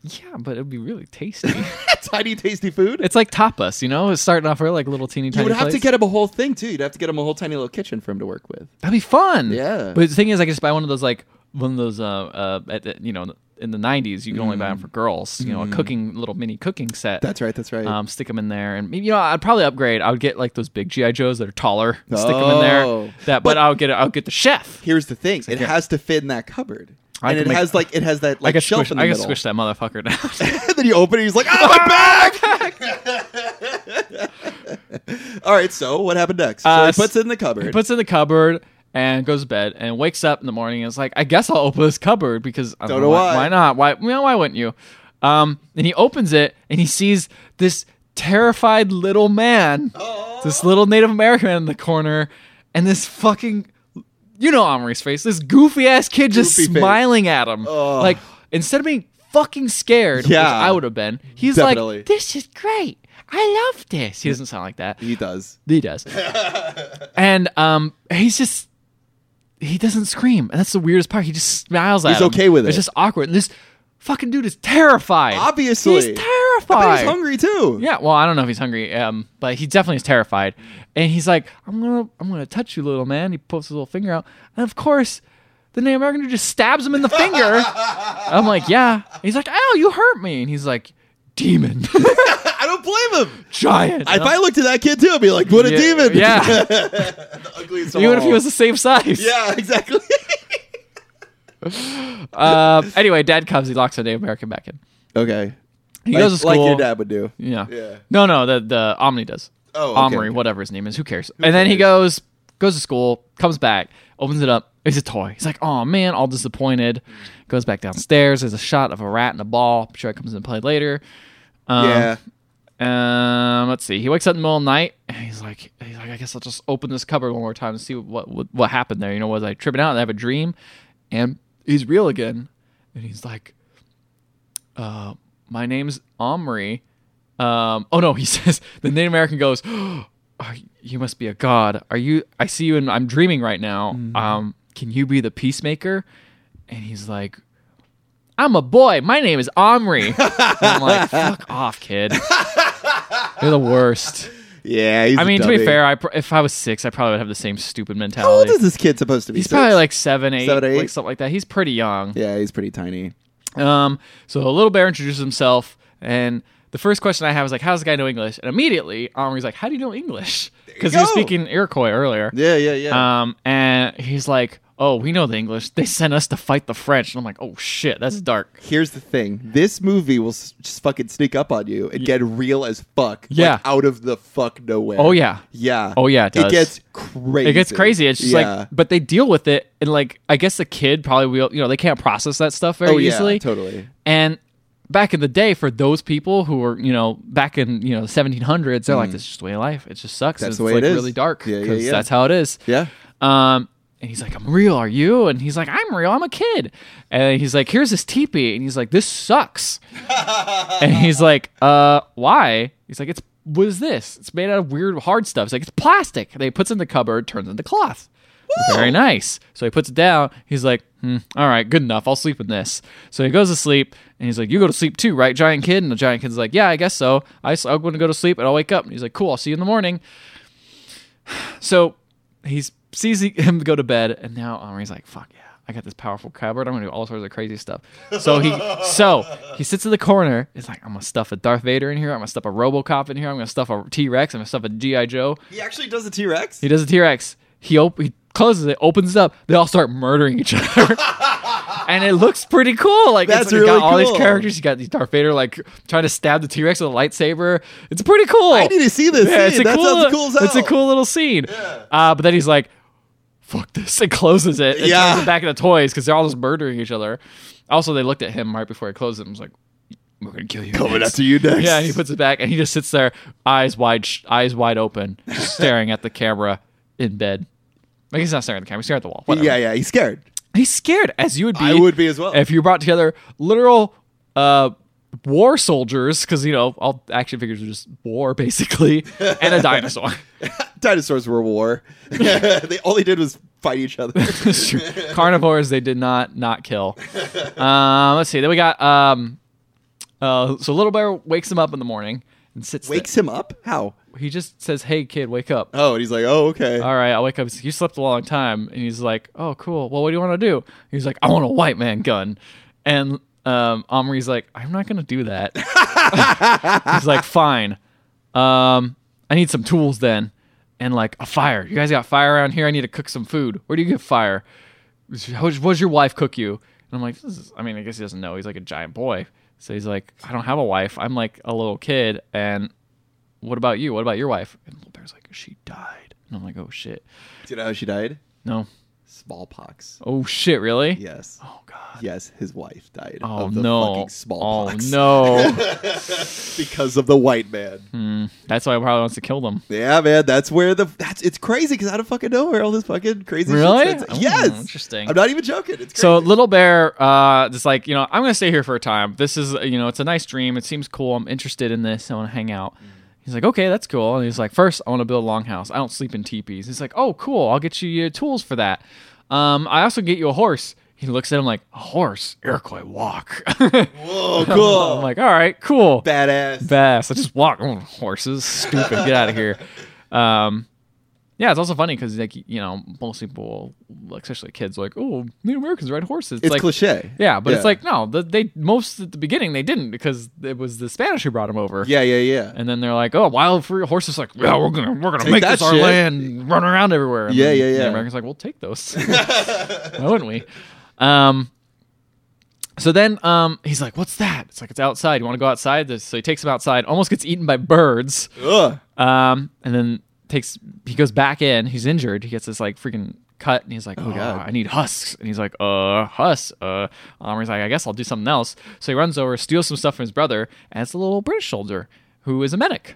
S1: Yeah, but it'd be really tasty.
S2: tiny tasty food.
S1: it's like tapas, you know. It's starting off real like little teeny
S2: you
S1: tiny.
S2: would have to
S1: plates.
S2: get him a whole thing too. You'd have to get him a whole tiny little kitchen for him to work with.
S1: That'd be fun.
S2: Yeah.
S1: But the thing is, I could just buy one of those like one of those uh uh at the, you know in the '90s you could only
S2: Mm.
S1: buy them for girls. You know, a cooking little mini cooking set.
S2: That's right. That's right.
S1: Um, stick them in there, and maybe you know I'd probably upgrade. I would get like those big GI Joes that are taller. and Stick them in
S2: Oh.
S1: there. That, but,
S2: But-
S1: I'll get I'll get the chef.
S2: Here's the thing. It
S1: yeah.
S2: has to fit in that cupboard,
S1: I
S2: and
S1: could
S2: it
S1: make-
S2: has like it has that
S1: I
S2: like
S1: can
S2: shelf
S1: squish.
S2: in the
S1: I can
S2: middle.
S1: squish that motherfucker down.
S2: then you open it. He's like, oh my back. all right. So what happened next? So
S1: Uh,
S2: he puts it in the cupboard.
S1: Puts it in the cupboard and goes to bed and wakes up in the morning and is like, I guess I'll open this cupboard because I
S2: Don't know why.
S1: why. Why not? Why? You know, why wouldn't you? Um, and he opens it and he sees this terrified little man, this little Native American man in the corner, and this fucking, you know, Omri's face, this goofy ass kid just
S2: Goofy face.
S1: smiling at him,
S2: Ugh.
S1: like instead of being fucking scared,
S2: Yeah.
S1: which I would have been. He's
S2: Definitely.
S1: like, this is great. I love this. He doesn't sound like that.
S2: he does.
S1: He does. and um, he's just he doesn't scream, and that's the weirdest part. He just smiles at
S2: He's
S1: him.
S2: okay with it.
S1: It's just awkward, and this fucking dude is terrified.
S2: Obviously.
S1: he's
S2: I bet
S1: terrified.
S2: he's hungry too.
S1: Yeah, well, I don't know if he's hungry, um, but he definitely is terrified. And he's like, "I'm gonna, I'm gonna touch you, little man." He puts his little finger out, and of course, the Native American dude just stabs him in the finger. I'm like, "Yeah." He's like, "Ow, you hurt me," and he's like, "Demon,
S2: I don't blame him.
S1: giant."
S2: If I looked at that kid too, I'd be like, what a
S1: Yeah,
S2: demon.
S1: yeah.
S2: the ugliest of
S1: even
S2: all.
S1: if he was the same size.
S2: Yeah, exactly.
S1: Uh, anyway, dad comes. He locks the Native American back in.
S2: okay.
S1: He
S2: like,
S1: goes to school.
S2: Like your dad would do.
S1: Yeah.
S2: Yeah.
S1: No, no. The the Omni does.
S2: Oh, okay,
S1: Omri,
S2: okay.
S1: whatever his name is. Who cares? and then he goes goes to school, comes back, opens it up. It's a toy. He's like, oh man, all disappointed.
S2: Hmm.
S1: Goes back downstairs. There's a shot of a rat and a ball. I'm sure it comes into play later. Um,
S2: yeah.
S1: Um, let's see. He wakes up in the middle of the night and he's like, he's like, I guess I'll just open this cupboard one more time and see what what, what happened there. You know, was I tripping out and I have a dream? And he's real again, and he's like, uh, my name's Omri. Um, oh no, he says the Native American goes, "Uh, "Are- you must be a god. Are you? I see you, and I'm dreaming right now. Um, "Can you be the peacemaker?" And he's like, "I'm a boy. My name is Omri." And I'm like, "Fuck off, kid. You're the worst."
S2: Yeah, he's
S1: I
S2: a
S1: mean, to be
S2: dummy.
S1: fair, I pr- if I was six, I probably would have the same stupid
S2: how old
S1: mentality.
S2: is this kid supposed to be?
S1: he's
S2: Six?
S1: probably like seven, eight,
S2: Seven, eight?
S1: like something like that. He's pretty young.
S2: yeah, he's pretty tiny.
S1: Um, so the little bear introduces himself, and the first question I have is like, "How does the guy know English?" And immediately, Omri's like, "How do you know English?" Because he was
S2: go.
S1: speaking Iroquois earlier.
S2: Yeah, yeah, yeah.
S1: Um, and he's like, "Oh, we know the English. They sent us to fight the French." And I'm like, "Oh shit, that's dark."
S2: Here's the thing:
S1: Mm-hmm.
S2: this movie will s- just fucking sneak up on you and get real as fuck. like,
S1: Yeah.
S2: out of the fuck nowhere.
S1: Oh, yeah.
S2: yeah.
S1: Oh, yeah, it does.
S2: gets crazy.
S1: It gets crazy. It's just
S2: Yeah.
S1: like, but they deal with it, and like, I guess the kid probably will. You know, they can't process that stuff very
S2: oh yeah,
S1: easily.
S2: totally.
S1: And back in the day, for those people who were, you know, back in you know the 1700s, they're like, "This is just the way of life. It just sucks.
S2: Mm. That's
S1: it's
S2: the way
S1: like
S2: it is.
S1: really dark
S2: Yeah, yeah, yeah.
S1: that's how it is."
S2: Yeah.
S1: Um, and he's like, "I'm real, are you?" And he's like, "I'm real. I'm a kid." And he's like, "Here's this teepee," and he's like, "This sucks." and he's like, "Uh, why?" He's like, "It's what is this? It's made out of weird hard stuff." It's like it's plastic. And he puts it in the cupboard, turns into cloth. Very nice. So he puts it down. He's like, hmm, "All right, good enough. I'll sleep in this." So he goes to sleep, and he's like, "You go to sleep too, right, giant kid?" And the giant kid's like, "Yeah, I guess so. I, I'm going to go to sleep, and I'll wake up." And he's like, "Cool. I'll see you in the morning." So he sees he- him go to bed, and now Omri's like, "Fuck yeah, I got this powerful cupboard. I'm gonna do all sorts of crazy stuff." So he so he sits in the corner. He's like, "I'm gonna stuff a Darth Vader in here. I'm gonna stuff a RoboCop in here. I'm gonna stuff a T Rex. I'm gonna stuff a GI Joe."
S2: He actually does a T Rex.
S1: He does a T Rex. He op- he closes it, opens it up. They all start murdering each other. And it looks pretty cool. Like
S2: That's
S1: it's like you
S2: really
S1: got all
S2: cool.
S1: these characters. You got these Darth Vader like trying to stab the T Rex with a lightsaber. It's pretty cool.
S2: I need to see this.
S1: Yeah, it's
S2: scene.
S1: a
S2: that
S1: cool,
S2: sounds cool as hell.
S1: It's a cool little scene. Uh, but then he's like, fuck this, and closes it. And
S2: Yeah.
S1: turns it back in the toys because they're all just murdering each other. Also, they looked at him right before he closed it and was like, we're going to kill you.
S2: Coming
S1: next.
S2: after you next.
S1: Yeah, and he puts it back and he just sits there, eyes wide, sh- eyes wide open, just staring at the camera in bed. Like he's not staring at the camera, he's staring at the wall. Whatever.
S2: yeah, yeah. He's scared.
S1: He's scared, as you would be.
S2: I would be as well.
S1: If you brought together literal uh, war soldiers, because, you know, all action figures are just war, basically, and a dinosaur.
S2: Dinosaurs were a war. they all they did was fight each other.
S1: That's true. Carnivores they did not not kill. Uh, let's see. Then we got um, uh, so little bear wakes him up in the morning and sits.
S2: Wakes him up? How?
S1: there. He just says, "Hey kid, wake up."
S2: Oh, and he's like, oh, okay.
S1: All right, I wake up. He's like, You slept a long time, and he's like, "Oh, cool. Well, what do you want to do?" He's like, "I want a white man gun," and um, Omri's like, "I'm not gonna do that." he's like, "Fine. Um, I need some tools then, and like a fire. You guys got fire around here? I need to cook some food. Where do you get fire? How does your wife cook you?" And I'm like, this is, "I mean, I guess he doesn't know. He's like a giant boy." So he's like, "I don't have a wife. I'm like a little kid, and what about you? What about your wife? And Little Bear's like, she died. And I'm like, oh shit.
S2: Do you know how she died?
S1: No.
S2: Smallpox.
S1: Oh shit, really?
S2: Yes.
S1: Oh god.
S2: Yes, his wife died
S1: Oh
S2: of the
S1: no.
S2: fucking smallpox
S1: Oh no.
S2: because of the white man.
S1: That's why he probably wants to kill them.
S2: Yeah, man, that's where the that's it's crazy because out of fucking nowhere all this fucking crazy. shit
S1: Really?
S2: starts-
S1: Oh,
S2: yes.
S1: interesting.
S2: I'm not even joking. It's crazy.
S1: So little bear, uh, just like you know, I'm gonna stay here for a time. This is you know, it's a nice dream. It seems cool. I'm interested in this. I want to hang out.
S2: Mm.
S1: He's like, okay, that's cool. And he's like, first, I want to build a longhouse. I don't sleep in teepees. He's like, oh, cool. I'll get you uh, tools for that. Um, I also get you a horse. He looks at him like a horse. Iroquois walk. I'm
S2: Whoa, cool,
S1: like, all right, cool.
S2: badass.
S1: fast. I just walk on horses. Stupid. Get out of here. Um, yeah, it's also funny because like you know most people, like, especially kids, are like oh, Native Americans ride horses.
S2: it's
S1: like,
S2: cliche.
S1: Yeah, but it's
S2: Yeah.
S1: like no, the, they most at the beginning they didn't because it was the Spanish who brought them over.
S2: Yeah, yeah, yeah.
S1: And then they're like, oh, wild free horses. Like, yeah, we're gonna we're gonna make
S2: that
S1: this our
S2: shit.
S1: land, and run around everywhere. And
S2: Yeah,
S1: then
S2: yeah,
S1: The
S2: yeah.
S1: Americans like, we'll take those. Why wouldn't we? Um. So then, um, he's like, "What's that?" It's like it's outside. You want to go outside? So he takes him outside. Almost gets eaten by birds.
S2: Ugh.
S1: Um, and then takes he goes back in. He's injured. He gets this like freaking cut, and he's like, "Oh,
S2: God.
S1: God, I need husks." And he's like, "Uh, husks." Uh, um, he's like, "I guess I'll do something else." So he runs over, steals some stuff from his brother, and it's a little British soldier who is a medic.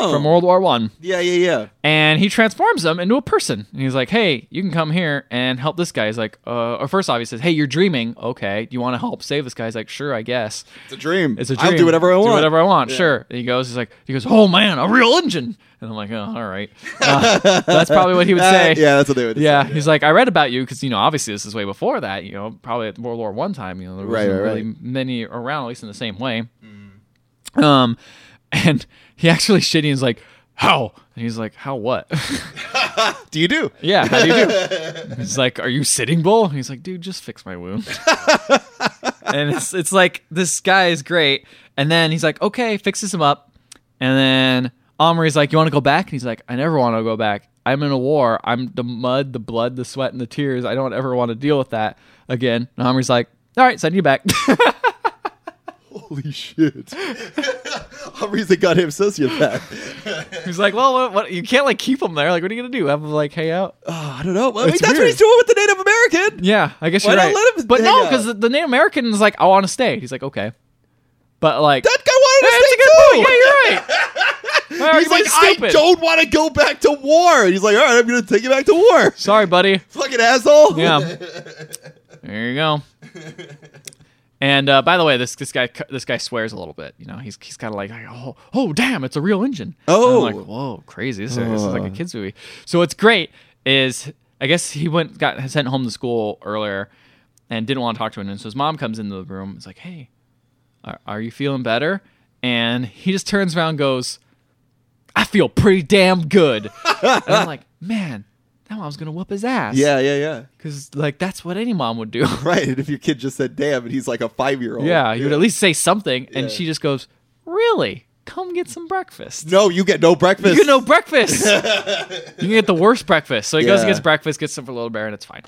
S2: Oh.
S1: from World War One,
S2: yeah, yeah, yeah.
S1: and he transforms them into a person. And he's like, "Hey, you can come here and help this guy." He's like, uh, "Or first off, he says, "Hey, you're dreaming. Okay, do you want to help save this guy?" He's like, "Sure, I guess."
S2: It's a dream.
S1: It's a dream.
S2: I'll do whatever I want.
S1: Do whatever I want.
S2: Yeah.
S1: Sure. And he goes. He's like, he goes. Oh man, a real engine. And I'm like, oh, all right. Uh, that's probably what he would
S2: Uh,
S1: say.
S2: yeah, that's what they would.
S1: Yeah,
S2: say.
S1: he's like, I read about you because you know, obviously this is way before that. You know, probably at World War One time. You know, there
S2: Right,
S1: wasn't
S2: right, Mm.
S1: really many around, at least in the same way. Um, and he actually shitty is like, how? And he's like, how what?
S2: Do you do?
S1: yeah, how do you do? he's like, are you sitting bull? And he's like, dude, just fix my wound. and it's it's like this guy is great. And then he's like, okay, fixes him up. And then Omri's like, you want to go back? And he's like, I never want to go back. I'm in a war. I'm the mud, the blood, the sweat, and the tears. I don't ever want to deal with that again. And Omri's like, all right, send you back.
S2: Holy shit! Omri's a goddamn sociopath.
S1: he's like, well, what, what? You can't like keep him there. Like, what are you gonna do? Have him like hang out?
S2: Oh, I don't know. Well, I mean,
S1: It's
S2: that's what
S1: weird.
S2: he's doing with the Native American.
S1: Yeah, I guess
S2: Why
S1: you're
S2: not
S1: right.
S2: let him
S1: but
S2: hang
S1: no,
S2: out?
S1: because the, the Native American is like, I want to stay. He's like, okay, but like,
S2: That guy wanted
S1: Yeah,
S2: to
S1: that's
S2: stay
S1: a good
S2: too.
S1: point. Yeah, you're right.
S2: He's like, I
S1: stupid.
S2: don't want to go back to war. And he's like, all right, I'm going to take you back to war.
S1: Sorry, buddy.
S2: Fucking asshole.
S1: Yeah. There you go. And uh, by the way, this this guy this guy swears a little bit. You know, he's he's kind of like, oh, oh, damn, it's a real engine.
S2: Oh.
S1: And I'm like, whoa, crazy. This, is this is like a kids movie. So what's great is I guess he went got sent home to school earlier, and didn't want to talk to him. And so his mom comes into the room. It's like, hey, are, are you feeling better? And he just turns around, and goes, I feel pretty damn good. and I'm like, man, that mom's gonna whoop his ass.
S2: Yeah, yeah, yeah.
S1: Because, like, that's what any mom would do.
S2: Right. And if your kid just said damn and he's like a five year old.
S1: yeah, you would at least say something.
S2: Yeah.
S1: And she just goes, Really? Come get some breakfast.
S2: No, you get no breakfast.
S1: You get no breakfast. you can get the worst breakfast. So he goes and
S2: Yeah.
S1: gets breakfast, gets some for Little Bear, and it's fine.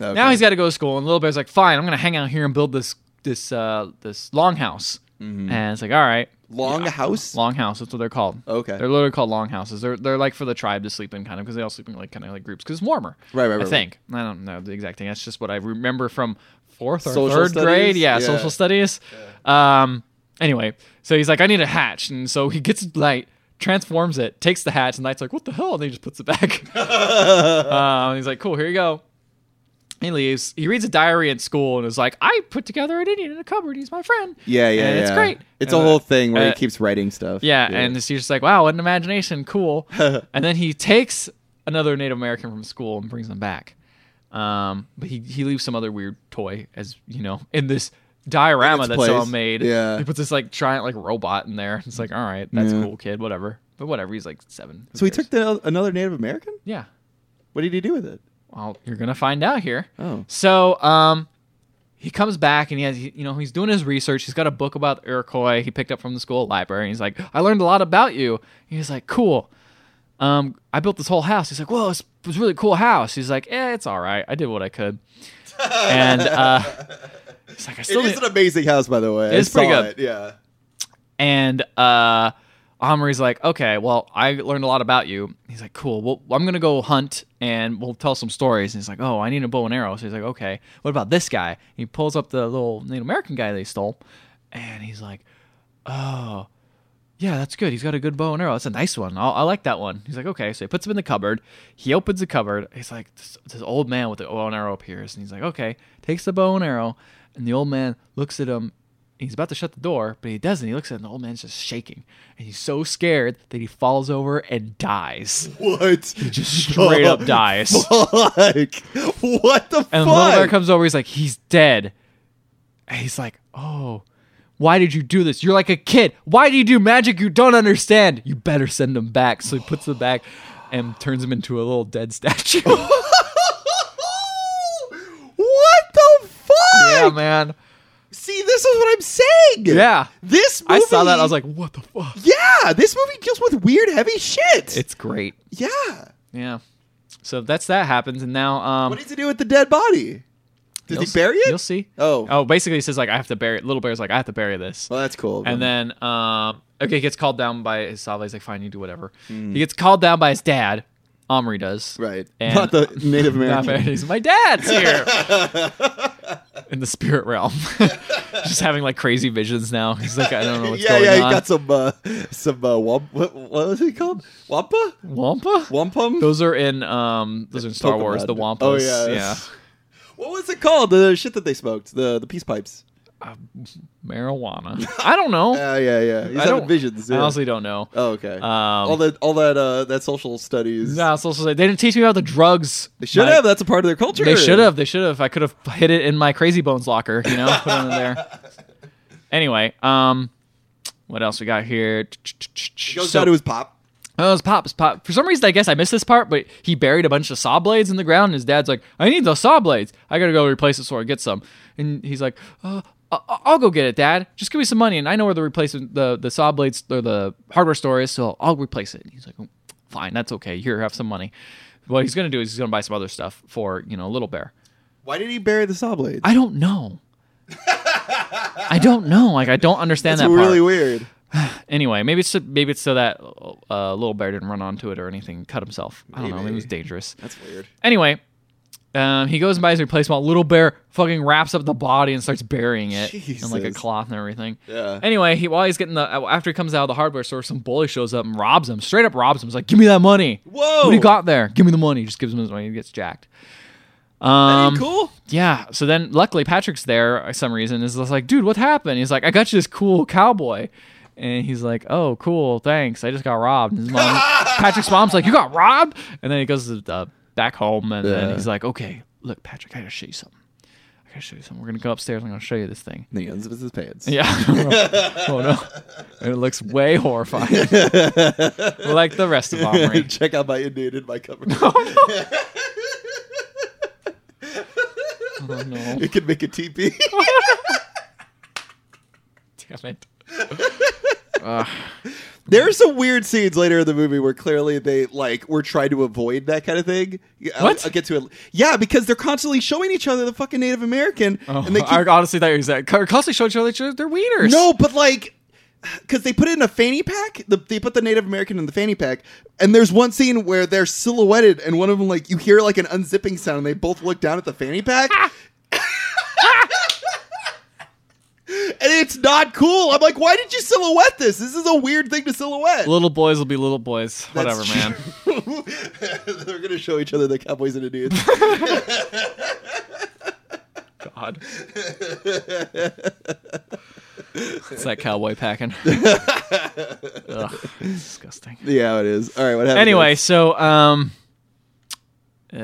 S2: Okay.
S1: Now he's got to go to school, and Little Bear's like, Fine, I'm going to hang out here and build this this uh, this longhouse.
S2: Mm-hmm.
S1: And it's like, All right.
S2: long house.
S1: Longhouse, that's what they're called.
S2: Okay.
S1: They're literally called longhouses. They're they're like for the tribe to sleep in, kind of, because they all sleep in like kind of like groups because it's warmer.
S2: Right, right,
S1: I
S2: right,
S1: think I don't know the exact thing. That's just what I remember from fourth or
S2: Social
S1: third grade.
S2: studies?
S1: Yeah,
S2: Yeah.
S1: social studies. Um. Anyway, so he's like, I need a hatch, and so he gets light, transforms it, takes the hatch, and Light's like, what the hell? And he just puts it back. um, he's like, cool, here you go. He leaves. He reads a diary in school and is like, I put together an Indian in a cupboard. He's my friend.
S2: yeah, yeah,
S1: And
S2: yeah.
S1: It's great.
S2: It's
S1: And,
S2: a
S1: uh,
S2: whole thing where
S1: uh,
S2: he keeps writing stuff.
S1: yeah, and it's just like, wow, what an imagination, cool. and then he takes another Native American from school and brings them back. Um, but he, he leaves some other weird toy, as you know, in this diorama
S2: its
S1: that's all
S2: place.
S1: made.
S2: Yeah.
S1: he puts this like giant like robot in there. It's like, all right, that's cool, kid, whatever. But whatever, he's like seven. Who
S2: So he
S1: cares?
S2: took the, another Native American?
S1: yeah.
S2: What did he do with it?
S1: Well, you're gonna find out here.
S2: Oh.
S1: So, um, he comes back and he has, he- you know, he's doing his research. He's got a book about the Iroquois he picked up from the school library. And he's like, I learned a lot about you. He's like, cool. Um, I built this whole house. He's like, whoa, it's- it was a really cool house. He's like, eh, it's all right. I did what I could. And uh, he's like, I
S2: It
S1: still
S2: is
S1: need-
S2: an amazing house, by the way. I
S1: It's pretty
S2: saw
S1: good.
S2: it, Yeah.
S1: and uh, Omri's like, okay, well, I learned a lot about you. He's like, cool. Well, I'm gonna go hunt and we'll tell some stories. And he's like, oh, I need a bow and arrow. So he's like, okay, what about this guy? He pulls up the little Native American guy they stole, and he's like, oh, yeah, that's good. He's got a good bow and arrow. That's a nice one. I, I like that one. He's like, okay. So he puts him in the cupboard. He opens the cupboard. He's like, this, this old man with the bow and arrow appears, and he's like, okay. Takes the bow and arrow, and the old man looks at him. and He's about to shut the door, but he doesn't. He looks at him, and the old man's just shaking, and he's so scared that he falls over and dies.
S2: What?
S1: He just straight up dies.
S2: Fuck. What the
S1: And the little bear
S2: fuck?
S1: comes over. He's like, he's dead. And he's like, oh, why did you do this? You're like a kid. Why do you do magic you don't understand? You better send him back. So he puts him back and turns him into a little dead statue.
S2: what the fuck?
S1: yeah, man.
S2: See, this is what I'm saying.
S1: Yeah.
S2: This
S1: I
S2: movie,
S1: saw that. I was like, what the fuck?
S2: yeah, this movie deals with weird, heavy shit.
S1: It's great.
S2: yeah.
S1: Yeah. So that's that happens, and now um,
S2: What does he do with the dead body? Did
S1: you'll
S2: he
S1: s-
S2: bury
S1: You'll
S2: it?
S1: see.
S2: Oh.
S1: oh, basically, he says like, I have to bury it. Little bear's like, I have to bury this.
S2: Well, that's cool.
S1: And then, um, okay, he gets called down by his father. He's like, fine, you do whatever. He gets called down by his dad. Omri does.
S2: Hmm. right,
S1: and-
S2: not the Native
S1: Not
S2: American.
S1: bad. He's my dad's here. in the spirit realm. Just having like crazy visions now. He's like, I don't know what's
S2: yeah,
S1: going
S2: yeah, he
S1: on.
S2: got some uh, some uh, wamp- what, what was he called? Wampa?
S1: Wampa?
S2: Wampum?
S1: Those are in um those are in Star Wars,
S2: Pokemon.
S1: the Wampas.
S2: Oh
S1: yeah.
S2: yeah. What was it called? The shit that they smoked. The the peace pipes.
S1: Marijuana. I don't know.
S2: Uh, yeah, yeah. He's
S1: I
S2: having
S1: don't-
S2: visions.
S1: I
S2: yeah.
S1: honestly don't know.
S2: oh, okay. all
S1: Um
S2: that all that uh that social studies.
S1: no, it's also- they didn't teach me about the drugs.
S2: They should
S1: Mike.
S2: have. That's a part of their culture.
S1: They should have. They should have. I could have hid it in my Crazy Bones locker, you know, put it in there. Anyway, um, what else we got here?
S2: He goes
S1: So-
S2: down to his pop.
S1: Oh, it's Pop's Pop. For some reason, I guess I missed this part, but he buried a bunch of saw blades in the ground, and his dad's like, I need those saw blades. I gotta go replace the sword and get some. And he's like, uh, I- I'll go get it, Dad. Just give me some money, and I know where the replacement, the, the saw blades, or the hardware store is, so I'll replace it. And he's like, "Oh, fine, that's okay. Here, have some money. What he's gonna do is he's gonna buy some other stuff for, you know, Little Bear.
S2: Why did he bury the saw blades?
S1: I don't know. I don't know. Like, I don't understand
S2: That's
S1: that part
S2: really weird.
S1: anyway, maybe it's maybe it's so that uh, little bear didn't run onto it or anything, cut himself. I don't know. It
S2: Maybe.
S1: was dangerous.
S2: That's weird.
S1: Anyway, um, he goes and buys a replacement. Little bear fucking wraps up the body and starts burying it in like a
S2: Jesus.
S1: cloth and everything.
S2: Yeah.
S1: Anyway, he while he's getting the uh, after he comes out of the hardware store, some bully shows up and robs him. Straight up robs him. He's like, "Give me that money."
S2: Whoa.
S1: What do you got there? Give me the money. He just gives him his money. He gets jacked.
S2: That
S1: Um,
S2: ain't cool.
S1: yeah. So then, luckily, Patrick's there for some reason. Is just like, dude, what happened? He's like, I got you this cool cowboy. And he's like, oh, cool, thanks. I just got robbed. And his mom, Patrick's mom's like, you got robbed? And then he goes to, uh, back home and then
S2: Yeah.
S1: he's like, okay, look, Patrick, I gotta show you something. I gotta show you something. We're gonna go upstairs. I'm gonna show you this thing.
S2: And he unzips his pants.
S1: Yeah. oh, no. And it looks way horrifying. like the rest of Omri.
S2: Check out my Indian in my cupboard.
S1: Oh, no.
S2: it can make a teepee.
S1: Damn it.
S2: There are some weird scenes later in the movie where clearly they like were trying to avoid that kind of thing. Yeah, I'll,
S1: What?
S2: I'll get to it. Yeah, because they're constantly showing each other the fucking Native American,
S1: Oh,
S2: and they keep
S1: I honestly thought you said constantly show each other each other their wieners.
S2: no, but like. Because they put it in a fanny pack, the, they put the Native American in the fanny pack, and there's one scene where they're silhouetted, and one of them like you hear like an unzipping sound, and they both look down at the fanny pack, and it's not cool. I'm like, why did you silhouette this? This is a weird thing to silhouette.
S1: Little boys will be little boys. Whatever, man.
S2: man. They're gonna show each other the cowboys and Indians.
S1: God. it's that cowboy packing. Ugh, disgusting.
S2: yeah, it is. All right, what happened?
S1: Anyway, so um, uh,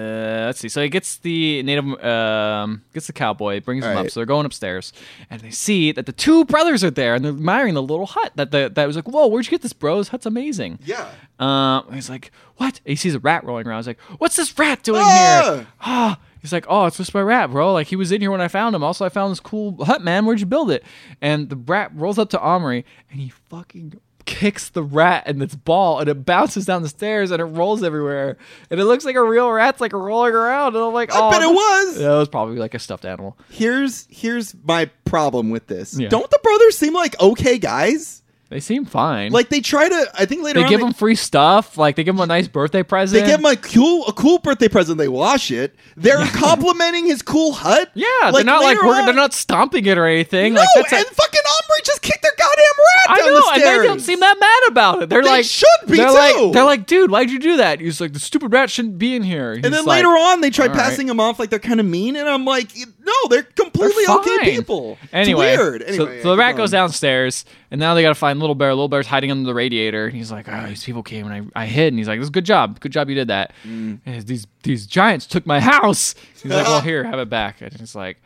S1: let's see. So he gets the native, um, gets the cowboy, brings him
S2: All
S1: up.
S2: right.
S1: So they're going upstairs, and they see that the two brothers are there, and they're admiring the little hut that the, that was like, whoa, where'd you get this, bros? Hut's amazing.
S2: Yeah.
S1: Uh, and he's like, "What?" And he sees a rat rolling around. He's like, "What's this rat doing
S2: Ah!
S1: here?" Ah. He's like, "Oh, it's just my rat, bro. Like he was in here when I found him. Also, I found this cool hut, man. Where'd you build it?" And the rat rolls up to Omri, and he fucking kicks the rat in its ball, and it bounces down the stairs, and it rolls everywhere, and it looks like a real rat's like rolling around, and I'm like, "Oh,
S2: I bet it was.
S1: That was probably like a stuffed animal."
S2: Here's here's my problem with this.
S1: Yeah.
S2: Don't the brothers seem like okay guys?
S1: They seem fine.
S2: Like they try to. I think later
S1: they
S2: on
S1: give him free stuff. Like they give him a nice birthday
S2: they
S1: present.
S2: give him a cool a cool birthday present. They wash it. They're complimenting his cool hut.
S1: yeah, they're not like
S2: later
S1: we're,
S2: on-
S1: they're not stomping it or anything.
S2: No,
S1: like that's a-
S2: and fucking Omri just kicked their goddamn rat
S1: I
S2: down
S1: know,
S2: the
S1: and
S2: stairs.
S1: they don't seem that mad about it. They're
S2: They
S1: like,
S2: should be,
S1: they're
S2: too.
S1: Like, they're like, dude, why'd you do that? He's like, the stupid rat shouldn't be in here. He's
S2: And then
S1: like,
S2: later on, they try
S1: all right.
S2: passing him off like they're kind of mean, and I'm like, no, they're completely
S1: They're
S2: okay
S1: fine.
S2: people.
S1: Anyway,
S2: it's weird.
S1: so-
S2: Anyway,
S1: so,
S2: yeah,
S1: the
S2: keep
S1: rat goes
S2: going.
S1: downstairs, and now they got to find Little Bear. Little Bear's hiding under the radiator, and he's like, "Oh, these people came, and I, I hid." And he's like, "This is good job, good job, you did that."
S2: Mm.
S1: And these these giants took my house. He's like, "Well, here, have it back." And it's like,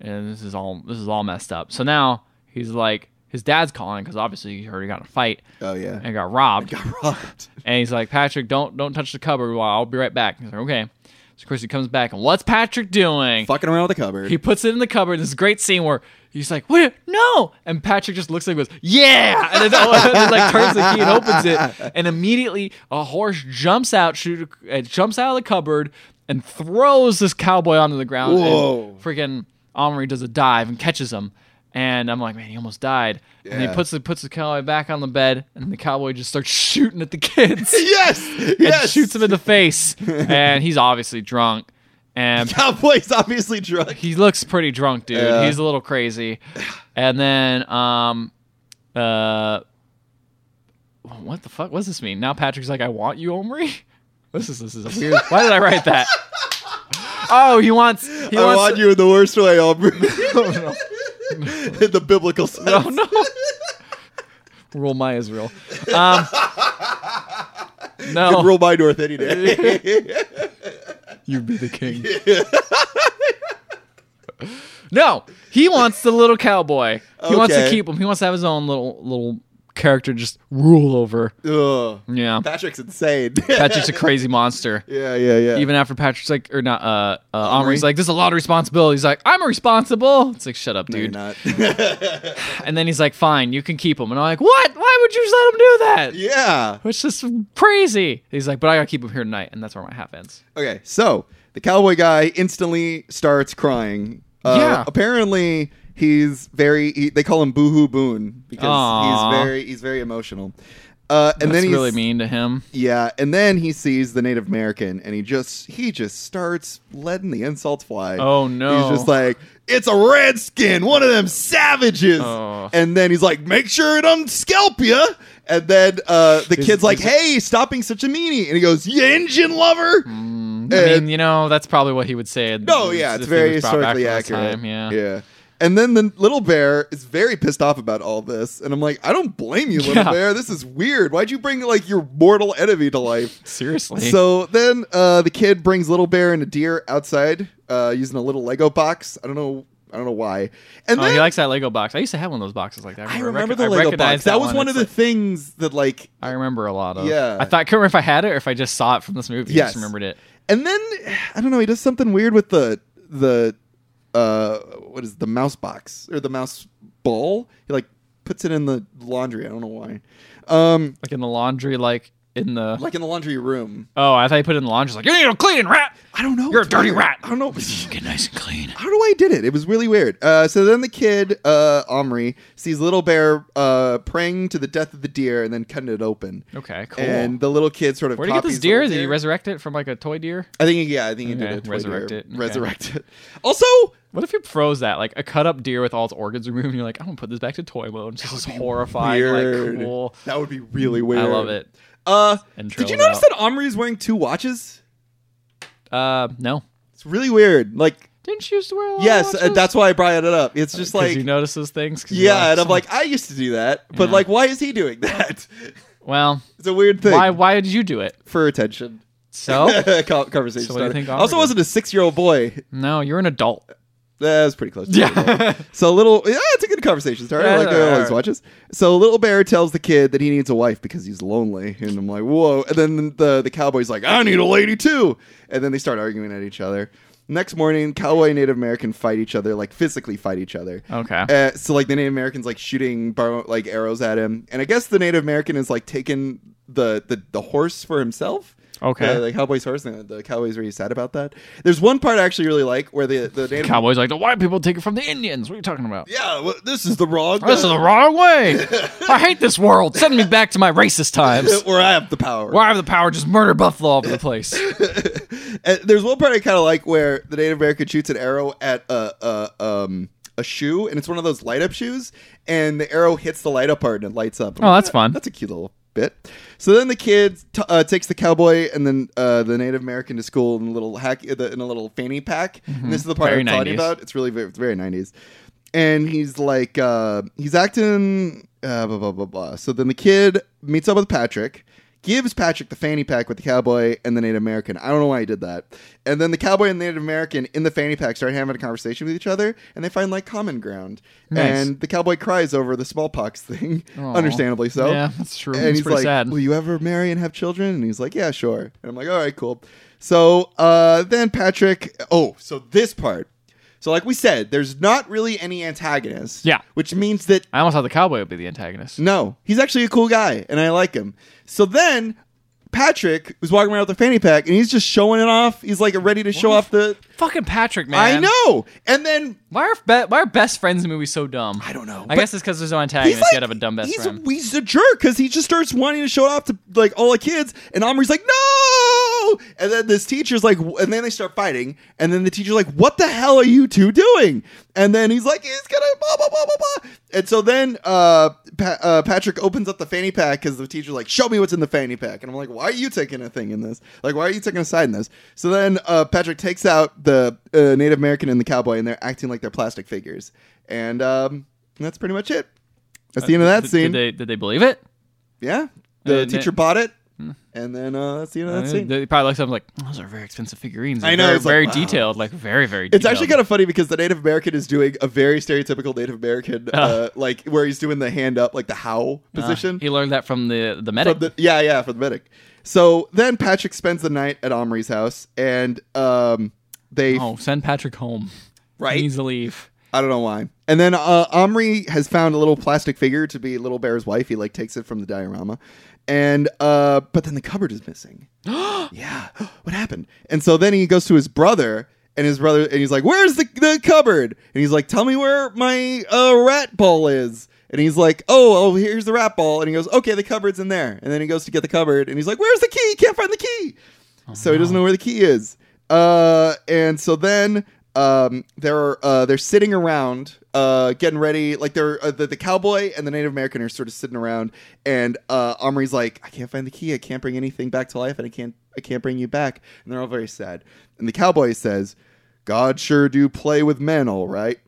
S1: and this is all this is all messed up. So now he's like, his dad's calling because obviously he already got in a fight
S2: Oh yeah,
S1: and got robbed.
S2: Right.
S1: And he's like, Patrick, don't don't touch the cupboard. While I'll be right back. He's like, okay. So of course he comes back, and what's Patrick doing?
S2: fucking around with the cupboard.
S1: He puts it in the cupboard. This great scene where he's like, "What? No!" And Patrick just looks at him and goes, "Yeah!" And then, and then, like turns the key and opens it, and immediately a horse jumps out, shoot, uh, jumps out of the cupboard, and throws this cowboy onto the ground.
S2: Whoa.
S1: And freaking Omri does a dive and catches him, and I'm like, man, he almost died. And he
S2: Yeah.
S1: puts the puts the cowboy back on the bed, and the cowboy just starts shooting at the kids
S2: yes,
S1: and
S2: yes.
S1: shoots him in the face. and he's obviously drunk. and
S2: Cowboy's obviously drunk.
S1: he looks pretty drunk, dude.
S2: Yeah.
S1: He's a little crazy. And then, um, uh, what the fuck? What's this mean? Now Patrick's like, I want you, Omri. This is this is a weird. Why did I write that? Oh, he wants. He
S2: I
S1: wants
S2: want you in the worst way, Aubrey.
S1: Oh,
S2: in the biblical sense.
S1: no, no, no. oh, Rule my Israel. Um,
S2: Could
S1: no,
S2: rule my North any day.
S1: you be the king. No, he wants the little cowboy. He wants to
S2: Okay.
S1: keep him. He wants to have his own little little character just rule over.
S2: Ugh.
S1: Yeah.
S2: Patrick's insane.
S1: Patrick's a crazy monster.
S2: yeah, yeah, yeah.
S1: Even after Patrick's like, or not, uh, uh
S2: Omri?
S1: Omri's like, this is a lot of responsibility. He's like, I'm responsible. It's like, shut up,
S2: No, you're
S1: dude.
S2: not.
S1: and then he's like, fine, you can keep him. And I'm like, what? Why would you let him do that?
S2: yeah.
S1: Which is crazy. He's like, but I gotta keep him here tonight. And that's where my half ends.
S2: Okay, so the cowboy guy instantly starts crying. Uh,
S1: Yeah.
S2: Apparently, he's very. He, they call him Boohoo Boone because
S1: Aw.
S2: he's very. He's very emotional. Uh, and
S1: that's
S2: then he's
S1: really mean to him.
S2: yeah, and then he sees the Native American, and he just he just starts letting the insults fly.
S1: Oh, no.
S2: He's just like, "It's a redskin, one of them savages,"
S1: Oh.
S2: and then he's like, "Make sure it doesn't scalp you." And then uh, the
S1: Is-
S2: kid's like,
S1: is-
S2: "Hey, stop being such a meanie!" And he goes, "You Indian lover."
S1: I
S2: Uh,
S1: mean, you know, that's probably what he would say.
S2: No, yeah, it's
S1: if he was
S2: very
S1: brought back
S2: historically
S1: from this
S2: accurate.
S1: time, Yeah.
S2: yeah. And then the little bear is very pissed off about all this, and I'm like, I don't blame you, little
S1: Yeah.
S2: bear. This is weird. Why'd you bring like your mortal enemy to life?
S1: Seriously.
S2: So then uh, the kid brings little bear and a deer outside uh, using a little Lego box. I don't know. I don't know why. And
S1: oh,
S2: then
S1: he likes that Lego box. I used to have one of those boxes like that.
S2: I
S1: rec-
S2: remember
S1: I
S2: the Lego
S1: recognize
S2: box. That, was
S1: one.
S2: one of
S1: It's
S2: the
S1: like-
S2: things that like.
S1: I remember a lot of.
S2: Yeah.
S1: I thought I couldn't remember if I had it or if I just saw it from this movie. I
S2: Yes.
S1: just remembered it.
S2: And then I don't know. He does something weird with the the uh, what is it, the mouse box or the mouse ball? He like puts it in the laundry. I don't know why. Um,
S1: Like in the laundry, like in the
S2: like in the laundry room.
S1: Oh, I thought you put it in the laundry. It's Like, you need a cleaning rat.
S2: I don't know.
S1: You're a
S2: It's
S1: dirty
S2: weird.
S1: rat.
S2: I don't know.
S1: Get nice and clean.
S2: I don't know why he did it. It was really weird. Uh, so then the kid, uh, Omri, sees Little Bear uh, praying to the death of the deer and then cutting it open.
S1: Okay, cool.
S2: And the little kid sort of
S1: Where would you get this
S2: copies the little
S1: deer? Did you resurrect it from like a toy deer?
S2: I think, yeah, I think he did
S1: Okay,
S2: it.
S1: resurrect it, okay.
S2: Resurrect it. Also,
S1: What if you froze that? Like a cut up deer with all its organs removed, and you're like, I'm gonna put this back to toy mode. This is horrifying,
S2: weird.
S1: like cool.
S2: That would be really weird.
S1: I love it.
S2: Uh,
S1: And
S2: did you
S1: trails
S2: notice
S1: out.
S2: that Omri is wearing two watches?
S1: Uh no.
S2: It's really weird. Like,
S1: Didn't you used to wear a lot of
S2: yes, uh,
S1: watches?
S2: that's why I brought it up. It's just
S1: Uh, 'Cause
S2: like,
S1: you notice those things. 'Cause you're
S2: yeah, and I'm like, I used to do that, but
S1: Yeah.
S2: like, why is he doing that?
S1: well,
S2: It's a weird thing
S1: why why did you do it?
S2: for attention.
S1: So
S2: Co- conversation.
S1: So what do you
S2: starter.
S1: think Oliver
S2: also,
S1: did?
S2: wasn't a six-year-old boy.
S1: no, you're an adult.
S2: That was pretty close. To six-year-old boy.
S1: Yeah.
S2: So little. Yeah, it's a good conversation starter. I
S1: Yeah,
S2: like
S1: yeah,
S2: yeah,
S1: yeah.
S2: always watches. So little bear tells the kid that he needs a wife because he's lonely, and I'm like, whoa. And then the the cowboy's like, I need a lady too. And then they start arguing at each other. Next morning, cowboy and Native American fight each other, like physically fight each other.
S1: okay.
S2: Uh, so like the Native Americans like shooting bar- like arrows at him, and I guess the Native American is like taking the the, the horse for himself.
S1: Okay.
S2: Uh, the cowboy's horse, and the cowboy's really sad about that. There's one part I actually really like where the the Native
S1: Cowboys like the white people take it from the Indians. What are you talking about?
S2: yeah, well, this is the wrong. uh,
S1: This is the wrong way. I hate this world. Send me back to my racist times.
S2: where I have the power.
S1: Where I have the power, just murder buffalo all over the place.
S2: Uh, There's one part I kind of like where the Native American shoots an arrow at a, a um a shoe, and it's one of those light up shoes, and the arrow hits the light up part and it lights up.
S1: Oh, that's fun.
S2: That's a cute little bit. So then the kid t- uh, takes the cowboy and then uh, the Native American to school in a little hack in a, in a little fanny pack. And this is the part
S1: Very
S2: I'm talking
S1: 90s.
S2: about. It's really very, it's very 90s. And he's like, uh, he's acting uh, blah blah blah blah. So then the kid meets up with Patrick, gives Patrick the fanny pack with the cowboy and the Native American. I don't know why he did that. And then the cowboy and the Native American in the fanny pack start having a conversation with each other, and they find like common ground.
S1: Nice.
S2: And the cowboy cries over the smallpox thing,
S1: Aw.
S2: understandably so.
S1: Yeah, that's true.
S2: And
S1: It's
S2: he's
S1: pretty
S2: like,
S1: sad.
S2: "Will you ever marry and have children?" And he's like, "Yeah, sure." And I'm like, "All right, cool." So uh, then Patrick. Oh, so this part. So like we said, there's not really any antagonist.
S1: Yeah.
S2: Which means that
S1: I almost thought the cowboy would be the antagonist.
S2: no, he's actually a cool guy, and I like him. So then Patrick was walking around with a fanny pack, and he's just showing it off. He's like ready to show off the.
S1: Fucking Patrick, man.
S2: I know. And then
S1: Why are be- why are best friends in the movie so dumb?
S2: I don't know.
S1: I
S2: But
S1: guess it's because there's no antagonist. you gotta have a dumb best
S2: he's,
S1: friend.
S2: he's a jerk because he just starts wanting to show it off to like all the kids, and Omri's like, "No, oh, and then this teacher's like, and then they start fighting, and then the teacher's like, what the hell are you two doing? And then he's like, he's gonna blah blah blah blah blah. And so then uh, pa- uh Patrick opens up the fanny pack because the teacher's like, show me what's in the fanny pack, and I'm like, why are you taking a thing in this? Like, why are you taking a side in this? So then uh, Patrick takes out the uh, Native American and the cowboy, and they're acting like they're plastic figures, and um, that's pretty much it. That's the end of that
S1: Did- Did
S2: scene.
S1: they, did they believe it?
S2: Yeah. The
S1: And
S2: teacher
S1: it-
S2: bought it, and then uh, that's the end of that
S1: Uh, Hmm. Uh,
S2: scene.
S1: They probably looked at them like, "Oh, those are very expensive figurines.
S2: I
S1: They're
S2: know,
S1: Very,
S2: it's like,
S1: very
S2: wow.
S1: detailed. Like, very, very detailed.
S2: It's actually kind of funny because the Native American is doing a very stereotypical Native American,
S1: Ah.
S2: uh, like where he's doing the hand up, like the howl position.
S1: he learned that from the, the medic.
S2: From the- yeah, yeah, for the medic. So then Patrick spends the night at Omri's house, and um, they
S1: oh, send Patrick home.
S2: Right?
S1: He needs to leave.
S2: I don't know why. And then uh, Omri has found a little plastic figure to be Little Bear's wife. He like takes it from the diorama, and uh, but then the cupboard is missing. yeah, what happened? And so then he goes to his brother, and his brother, and he's like, "Where's the the cupboard?" And he's like, "Tell me where my uh, rat ball is." And he's like, "Oh, oh, here's the rat ball." And he goes, "Okay, the cupboard's in there." And then he goes to get the cupboard, and he's like, "Where's the key? Can't find the key." so he doesn't know where the key is. Uh, and so then um, they're uh, they're sitting around, uh, getting ready. Like they're uh, the, the cowboy and the Native American are sort of sitting around, and uh, Omri's like, "I can't find the key. I can't bring anything back to life, and I can't I can't bring you back." And they're all very sad. And the cowboy says, "God sure do play with men, all right."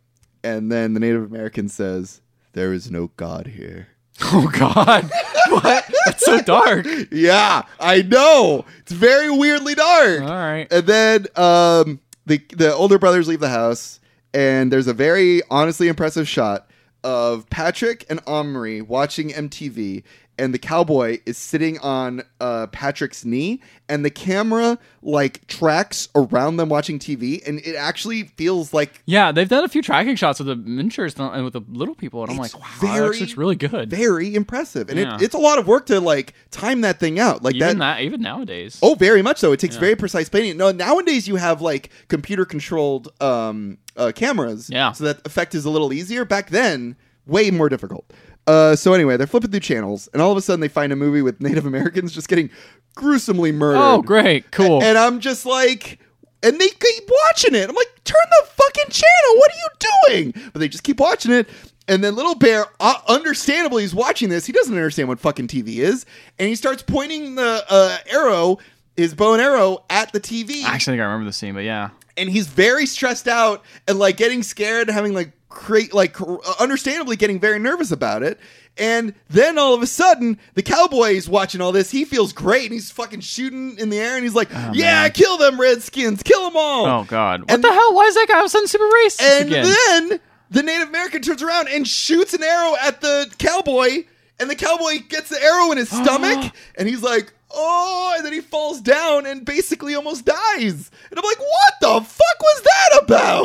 S2: And then the Native American says, "There is no God here."
S1: Oh God, what? That's so dark.
S2: Yeah, I know. It's very weirdly dark.
S1: All right.
S2: And then um, the the older brothers leave the house, and there's a very honestly impressive shot of Patrick and Omri watching MTV, and the cowboy is sitting on uh, Patrick's knee, and the camera like tracks around them watching TV, and it actually feels like
S1: Yeah, they've done a few tracking shots with the miniatures and and with the little people, and I'm
S2: It's
S1: like, wow, that
S2: very-
S1: actually looks really good.
S2: very impressive, and
S1: Yeah.
S2: it, it's a lot of work to like time that thing out, like
S1: even
S2: that.
S1: that, even nowadays.
S2: Oh, very much so. It takes very precise planning. No, nowadays you have like computer controlled um, uh, cameras,
S1: Yeah.
S2: So that effect is a little easier. Back then, way more difficult. Uh, so anyway, they're flipping through channels, and all of a sudden they find a movie with Native Americans just getting gruesomely murdered.
S1: Oh, great, cool.
S2: And I'm just like, and they keep watching it. I'm like, turn the fucking channel. What are you doing? But they just keep watching it. And then Little Bear, uh, understandably, is watching this. He doesn't understand what fucking TV is. And he starts pointing the uh, arrow, his bow and arrow, at the TV.
S1: I actually think I remember the scene, but yeah,
S2: And he's very stressed out and like getting scared and having like create like cr- understandably getting very nervous about it. And then all of a sudden, the cowboy is watching all this. He feels great and he's fucking shooting in the air and he's like,
S1: Oh,
S2: "Yeah,
S1: man.
S2: kill them redskins, kill them all."
S1: Oh God! What
S2: And-
S1: the hell? Why is that guy all of a sudden super racist
S2: And
S1: again?
S2: then the Native American turns around and shoots an arrow at the cowboy, and the cowboy gets the arrow in his stomach, and he's like, "Oh!" And then he falls down and basically almost dies. And I'm like, "What the fuck was that about?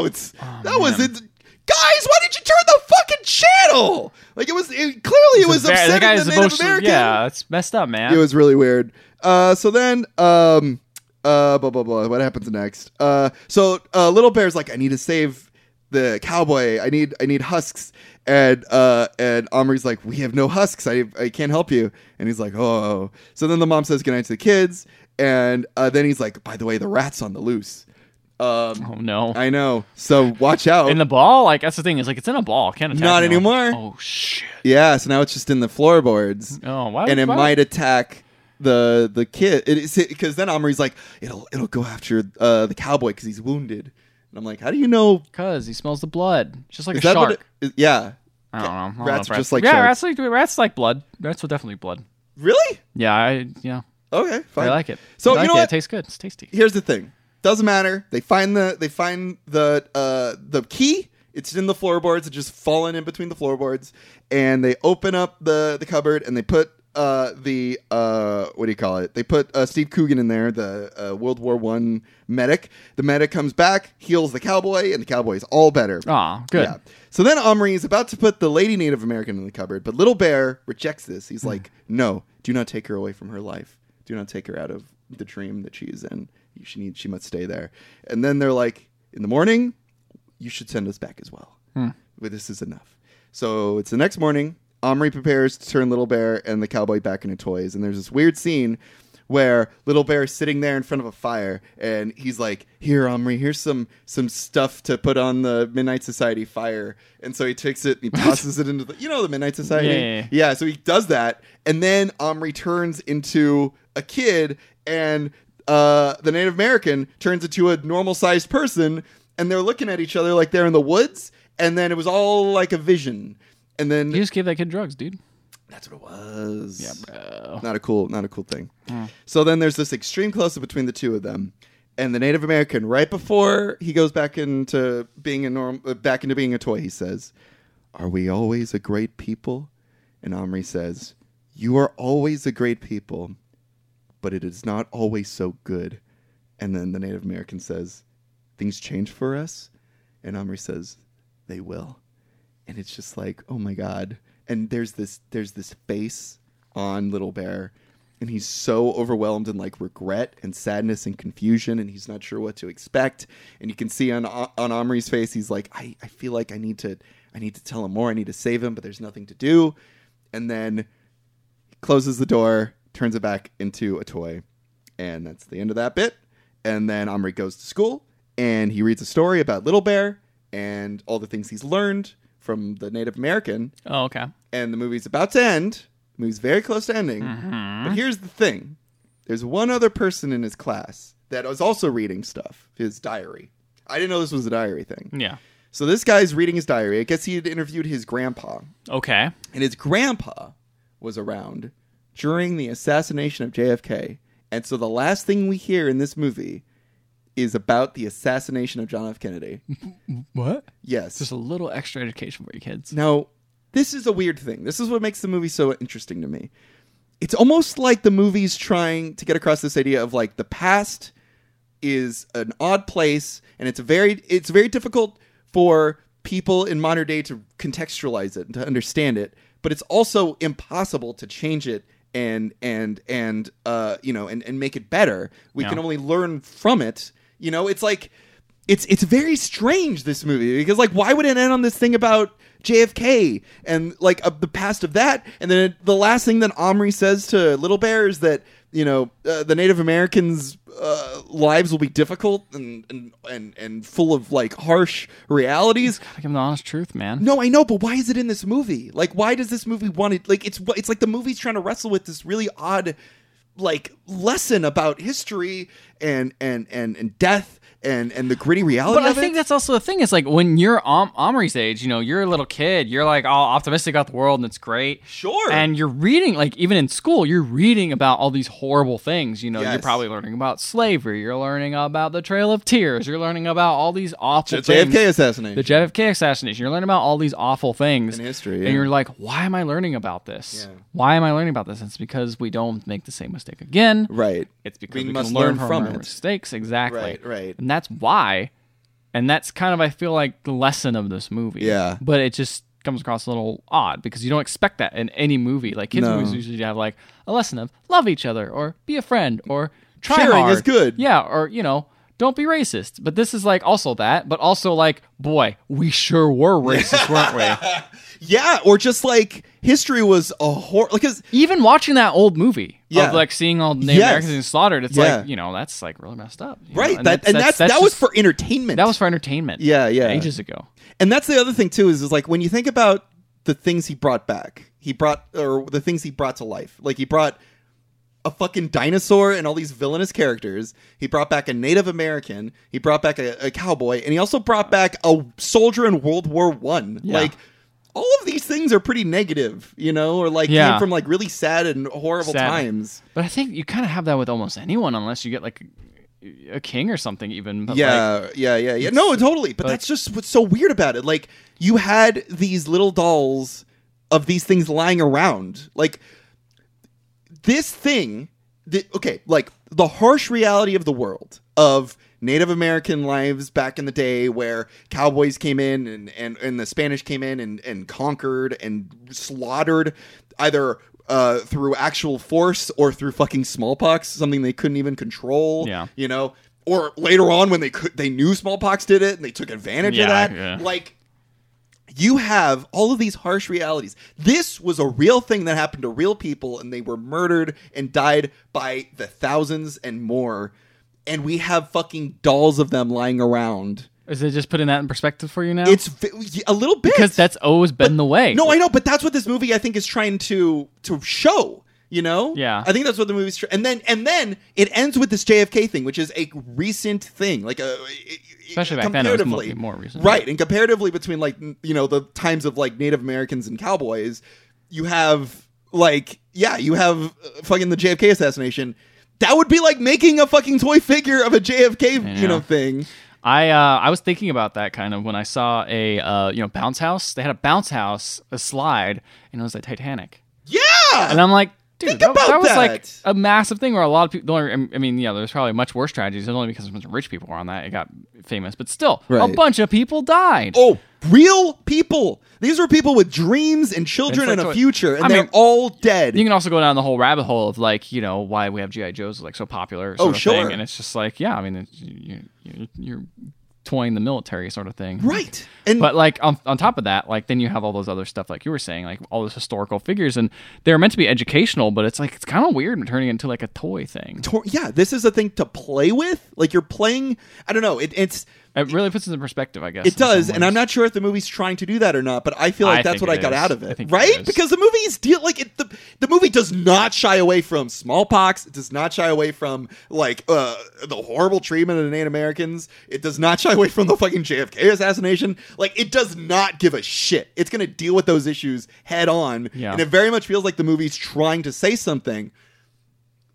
S2: that was
S1: Oh, man.
S2: it." Guys, why did you turn the fucking channel? Like it was it, clearly it was
S1: Very-
S2: upsetting
S1: that guy
S2: the
S1: is
S2: Native
S1: emotionally.
S2: American.
S1: Yeah, it's messed up, man.
S2: It was really weird. Uh, so then, um, uh, blah blah blah. What happens next? Uh, so uh, little bear's like, I need to save the cowboy. I need I need husks. And uh, and Omri's like, we have no husks. I I can't help you. And he's like, oh. So then the mom says goodnight to the kids. And uh, then he's like, by the way, the rat's on the loose. Um,
S1: oh no!
S2: I know. So watch out.
S1: in the ball, like that's the thing. Is like it's in a ball. Can't attack.
S2: Oh. Not
S1: now.
S2: anymore.
S1: Oh shit!
S2: yeah. So now it's just in the floorboards.
S1: Oh, why?
S2: and it
S1: why-
S2: might attack the the kid. It is because then Omri's like, it'll it'll go after uh, the cowboy because he's wounded. And I'm like, how do you know?
S1: Cause he smells the blood, just like
S2: Is
S1: a
S2: that
S1: shark.
S2: what? It, is, yeah,
S1: I don't know. I don't know
S2: Rats
S1: if
S2: are just like
S1: yeah,
S2: sharks.
S1: rats like rats like blood. Rats will definitely blood.
S2: really?
S1: Yeah, I yeah,
S2: Okay, fine.
S1: I like it.
S2: So
S1: I like
S2: you know
S1: it.
S2: what?
S1: It tastes good. It's tasty.
S2: Here's the thing. Doesn't matter. They find the they find the uh, the key. It's in the floorboards. It's just fallen in between the floorboards, and they open up the the cupboard and they put uh, the uh, what do you call it? They put uh, Steve Coogan in there, the uh, World War One medic. The medic comes back, heals the cowboy, and the cowboy's all better.
S1: Aw, good.
S2: Yeah. So then Omri is about to put the lady Native American in the cupboard, but Little Bear rejects this. He's like, "No, do not take her away from her life. Do not take her out of the dream that she is in. She needs. She must stay there." And then they're like, "In the morning, you should send us back as well.
S1: Hmm.
S2: But this is enough." So it's the next morning. Omri prepares to turn Little Bear and the cowboy back into toys, and there's this weird scene where Little Bear is sitting there in front of a fire, and he's like, "Here, Omri, here's some some stuff to put on the Midnight Society fire." And so he takes it and he tosses it into the you know the Midnight Society.
S1: Yeah, yeah, yeah.
S2: Yeah, so he does that, and then Omri turns into a kid, and uh, the Native American turns into a normal sized person, and they're looking at each other like they're in the woods, and then it was all like a vision, and then
S1: You just gave that kid drugs, dude.
S2: that's what it was.
S1: bro.
S2: Not a cool, not a cool thing. So then there's this extreme close up between the two of them, and the Native American right before he goes back into being a norm, uh, back into being a toy, he says, "Are we always a great people?" And Omri says, "You are always a great people, but it is not always so good." And then the Native American says, "Things change for us," and Omri says, "They will." and it's just like oh my god and there's this there's this face on little bear and he's so overwhelmed in like regret and sadness and confusion and he's not sure what to expect and you can see on uh, on omri's face he's like i, I feel like i need to i need to tell him more i need to save him but there's nothing to do and then he closes the door turns it back into a toy and that's the end of that bit and then omri goes to school and he reads a story about little bear and all the things he's learned from the native american
S1: Oh, okay.
S2: and the movie's about to end. The movie's very close to ending. But here's the thing there's one other person in his class that was also reading stuff, his diary. I didn't know this was a diary thing.
S1: Yeah.
S2: So this guy's reading his diary. I guess he had interviewed his grandpa,
S1: Okay.
S2: and his grandpa was around during the assassination of JFK. And so the last thing we hear in this movie is about the assassination of John F. Kennedy.
S1: What?
S2: Yes.
S1: Just a little extra education for your kids.
S2: Now, this is a weird thing. This is what makes the movie so interesting to me. It's almost like the movie's trying to get across this idea of like the past is an odd place and it's a very it's very difficult for people in modern day to contextualize it and to understand it, but it's also impossible to change it and and and uh you know and and make it better. We
S1: Yeah.
S2: can only learn from it. You know, it's like it's it's very strange this movie because like why would it end on this thing about JFK and like uh, the past of that and then the last thing that Omri says to Little Bear is that you know uh, the Native Americans uh, lives will be difficult and and and, and full of like harsh realities
S1: Gotta give them the honest truth, man.
S2: no, I know, but why is it in this movie? Like, why does this movie want it? Like, it's it's like the movie's trying to wrestle with this really odd, like, lesson about history and and and and death and and the gritty reality
S1: But I
S2: of
S1: think
S2: it.
S1: that's also the thing. Is like when you're Om- Omri's age, you know, you're a little kid. You're like all optimistic about the world, and it's great.
S2: sure.
S1: And you're reading, like even in school, you're reading about all these horrible things. You know, you're
S2: Yes.
S1: probably learning about slavery. You're learning about the Trail of Tears. You're learning about all these awful things.
S2: JFK assassination.
S1: the JFK assassination. You're learning about all these awful things
S2: In history, yeah.
S1: and you're like, why am I learning about this?
S2: Yeah.
S1: Why am I learning about this? And it's because we don't make the same mistake again.
S2: right.
S1: It's because
S2: We
S1: we,
S2: must
S1: can learn,
S2: learn
S1: from,
S2: from
S1: our
S2: it.
S1: mistakes. Exactly.
S2: Right, right.
S1: And that's why. And that's kind of, I feel like, the lesson of this movie.
S2: Yeah.
S1: But it just comes across a little odd because you don't expect that in any movie. Like kids'
S2: No.
S1: movies usually have like a lesson of love each other or be a friend or try
S2: Sharing
S1: hard.
S2: is good.
S1: Yeah. Or, you know, don't be racist. But this is like also that, but also like, boy, we sure were racist, weren't we?
S2: Yeah, or just like history was a horror. Like, 'cause-
S1: Even watching that old movie
S2: Yeah.
S1: of like seeing all Native
S2: Yes.
S1: Americans being slaughtered, it's
S2: Yeah.
S1: like, you know, that's like really messed up. you know?
S2: right. that and that's, that was
S1: just-
S2: for entertainment.
S1: That was for entertainment.
S2: Yeah, yeah.
S1: Ages ago.
S2: And that's the other thing too is, is like when you think about the things he brought back, he brought or the things he brought to life. Like he brought a fucking dinosaur and all these villainous characters. He brought back a Native American. He brought back a, a cowboy, and he also brought back a soldier in World War One.
S1: Yeah.
S2: Like all of these things are pretty negative, you know, or like
S1: Yeah.
S2: came from like really sad and horrible
S1: Sad.
S2: times.
S1: But I think you kind of have that with almost anyone, unless you get like a, a king or something, even. But Like,
S2: yeah, yeah, yeah, yeah. No, totally. But
S1: like-
S2: that's just what's so weird about it. Like you had these little dolls of these things lying around. Like this thing. The, okay, like the harsh reality of the world of Native American lives back in the day, where cowboys came in and and, and the Spanish came in and and conquered and slaughtered either. Uh, through actual force or through fucking smallpox, something they couldn't even control
S1: Yeah.
S2: you know or later on when they could they knew smallpox did it and they took advantage
S1: Yeah,
S2: of that
S1: yeah.
S2: like you have all of these harsh realities. This was a real thing that happened to real people, and they were murdered and died by the thousands and more. And we have fucking dolls of them lying around.
S1: Is it just putting that in perspective for you now?
S2: It's v- a little bit
S1: because that's always been the way.
S2: no, I know, but that's what this movie I think is trying to to show. You know,
S1: Yeah.
S2: I think that's what the movie's. Tr- and then and then it ends with this JFK thing, which is a recent thing, like a it- it-
S1: Especially back then, it was mo-
S2: comparatively.
S1: more recent.
S2: right? And comparatively between like n- you know the times of like Native Americans and cowboys, you have like yeah, you have uh, fucking the JFK assassination. That would be like making a fucking toy figure of a JFK, you know,
S1: Yeah.
S2: thing.
S1: I uh, I was thinking about that kind of when I saw a uh, you know bounce house. They had a bounce house, a slide, and it was like Titanic.
S2: Yeah,
S1: And I'm like, dude,
S2: Think
S1: that,
S2: about
S1: that was like
S2: that.
S1: a massive thing where a lot of people. the only- I mean, yeah, there's probably much worse tragedies. It was only because a bunch of rich people were on that. It got famous, but still,
S2: Right.
S1: a bunch of people died.
S2: Oh, real people. These were people with dreams and children
S1: It's like
S2: and a
S1: toy-
S2: future, and
S1: I
S2: they're
S1: mean,
S2: all dead.
S1: You can also go down the whole rabbit hole of like you know why we have GI Joes like so popular. Sort
S2: Oh,
S1: of
S2: sure.
S1: Thing. And it's just like yeah, I mean, it's, you, you, you're toying the military sort of thing,
S2: right. And
S1: But like on, on top of that, like then you have all those other stuff, like you were saying, like all those historical figures, and they're meant to be educational, but it's like it's kind of weird turning it into like a toy thing.
S2: tor- yeah, this is a thing to play with. Like you're playing. I don't know. It, it's
S1: It really puts it in perspective, I guess.
S2: it
S1: in some
S2: does, and
S1: ways.
S2: I'm not sure if the movie's trying to do that or not. But I feel like
S1: I
S2: that's
S1: think
S2: what I
S1: it
S2: got
S1: is.
S2: out of
S1: I
S2: it,
S1: think it
S2: right?
S1: is.
S2: because the movie's deal like it, the the movie does not shy away from smallpox. It does not shy away from like uh, the horrible treatment of the Native Americans. It does not shy away from the fucking JFK assassination. Like it does not give a shit. It's gonna deal with those issues head on,
S1: Yeah.
S2: and it very much feels like the movie's trying to say something.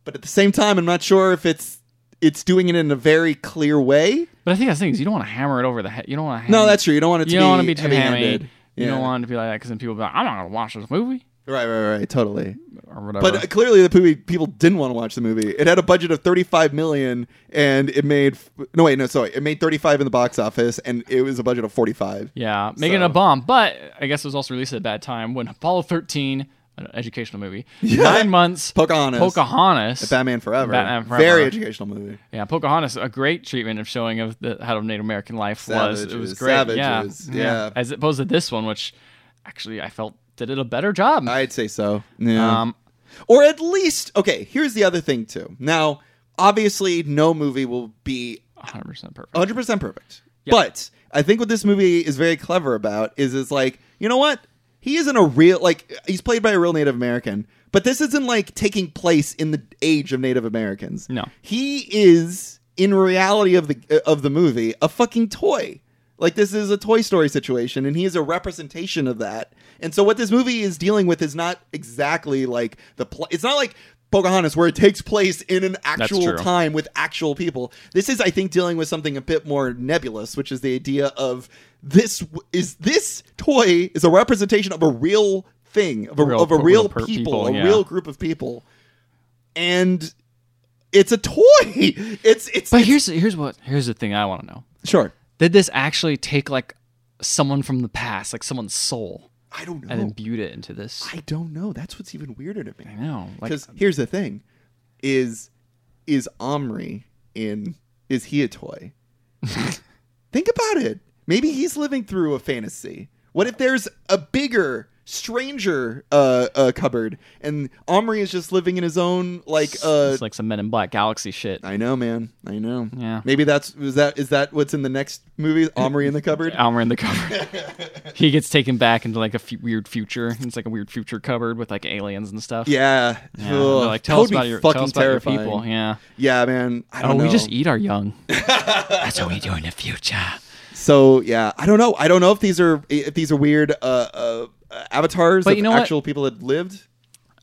S2: But at the same time, I'm not sure if it's it's doing it in a very clear way.
S1: But I think that's the thing is you don't want to hammer it over the head. You don't want to.
S2: No, that's true. You don't want it to
S1: You
S2: be
S1: don't want to be too hammy.
S2: heavy-handed.
S1: You don't
S2: Yeah.
S1: want it to be like that because then people be like, I'm not gonna watch this movie
S2: Right, right, right, totally.
S1: or whatever.
S2: But uh, clearly, the movie people didn't want to watch the movie. It had a budget of thirty-five million, and it made f- no wait, no, sorry, it made thirty-five in the box office, and it was a budget of forty-five.
S1: Yeah, making
S2: So-
S1: it a bomb. But I guess it was also released at a bad time when Apollo 13, an educational movie,
S2: Yeah.
S1: nine months,
S2: Pocahontas.
S1: Pocahontas,
S2: Batman Forever,
S1: Batman Forever.
S2: very educational movie.
S1: yeah, Pocahontas, a great treatment of showing of the, how Native American life was. It was
S2: Savages,
S1: great.
S2: savages,
S1: yeah.
S2: yeah.
S1: as opposed to this one, which actually I felt did it a better job.
S2: I'd say so. Yeah.
S1: um,
S2: or at least, okay. Here's the other thing too. Now, obviously, no movie will be
S1: 100 percent perfect.
S2: 100 percent perfect. But I think what this movie is very clever about is is like you know what he isn't a real like he's played by a real Native American, but this isn't like taking place in the age of Native Americans.
S1: No.
S2: he is in reality of the uh, of the movie a fucking toy. Like this is a Toy Story situation, and he is a representation of that. And so what this movie is dealing with is not exactly like the pl- it's not like Pocahontas where it takes place in an actual
S1: true.
S2: time time with actual people. This is, I think, dealing with something a bit more nebulous, which is the idea of this w- is this toy is a representation of a real thing of a
S1: Real
S2: of a
S1: per-
S2: real
S1: real per-
S2: people,
S1: people,
S2: a
S1: yeah.
S2: real group of people, and it's a toy. It's it's,
S1: But
S2: it's
S1: here's here's what here's the thing I want to know.
S2: sure.
S1: Did this actually take like someone from the past, like someone's soul,
S2: I don't know.
S1: and imbued it into this?
S2: Oh. I don't know. That's what's even weirder to me.
S1: I know, like um,
S2: Because here's the thing: is is Omri in? Is he a toy? Think about it. Maybe he's living through a fantasy. What if there's a bigger, stranger uh, uh, cupboard, and Omri is just living in his own like uh.
S1: it's like some Men in Black Galaxy shit.
S2: I know, man. I know.
S1: Yeah.
S2: Maybe that's is that is that what's in the next movie? Omri in the cupboard.
S1: Almer in the cupboard. he gets taken back into like a f- weird future. It's like a weird future cupboard with like aliens and stuff.
S2: Yeah.
S1: Yeah, they're
S2: Ugh.
S1: like
S2: That
S1: tell
S2: would
S1: us
S2: be
S1: about your,
S2: fucking
S1: tell us about your
S2: terrifying.
S1: people. Yeah.
S2: Yeah, man. I
S1: Oh,
S2: don't know.
S1: we just eat our young. That's what we do in the future.
S2: So yeah, I don't know. I don't know if these are if these are weird uh, uh, avatars
S1: But
S2: of
S1: you know what?
S2: actual people that lived.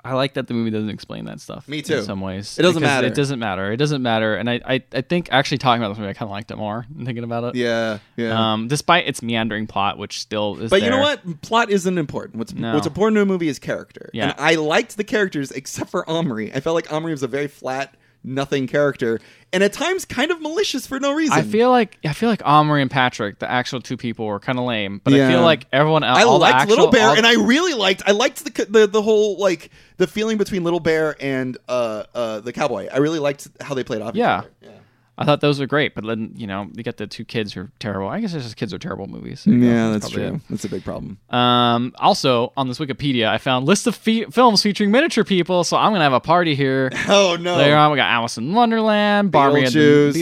S1: I like that the movie doesn't explain that stuff.
S2: Me too.
S1: In some ways,
S2: It doesn't
S1: because
S2: matter.
S1: It doesn't matter. It doesn't matter. And I, I, I think actually talking about this movie, I kind of liked it more. and Thinking about it.
S2: Yeah, yeah.
S1: Um, despite its meandering plot, which still is.
S2: but you know
S1: there.
S2: what? Plot isn't important. What's
S1: No.
S2: what's important to a movie is character.
S1: Yeah.
S2: And I liked the characters except for Omri. I felt like Omri was a very flat, nothing character, and at times kind of malicious for no reason.
S1: I feel like I feel like Omri and Patrick, the actual two people, were kind of lame. But
S2: Yeah.
S1: I feel like everyone else.
S2: I
S1: all the
S2: liked
S1: actual-
S2: Little Bear,
S1: all-
S2: and I really liked. I liked the, the the whole like the feeling between Little Bear and uh uh the cowboy. I really liked how they played off. each
S1: Yeah.
S2: other. yeah.
S1: I thought those were great, but then you know you got the two kids who are terrible. I guess it's just kids are terrible movies. So, you know,
S2: Yeah, that's
S1: probably
S2: true. That's a big problem.
S1: it. Um, also on this Wikipedia, I found list of fe- films featuring miniature people. So I'm gonna have a party here
S2: Oh no,
S1: later on. We got Alice in Wonderland, Barbie and the
S2: Beetlejuice.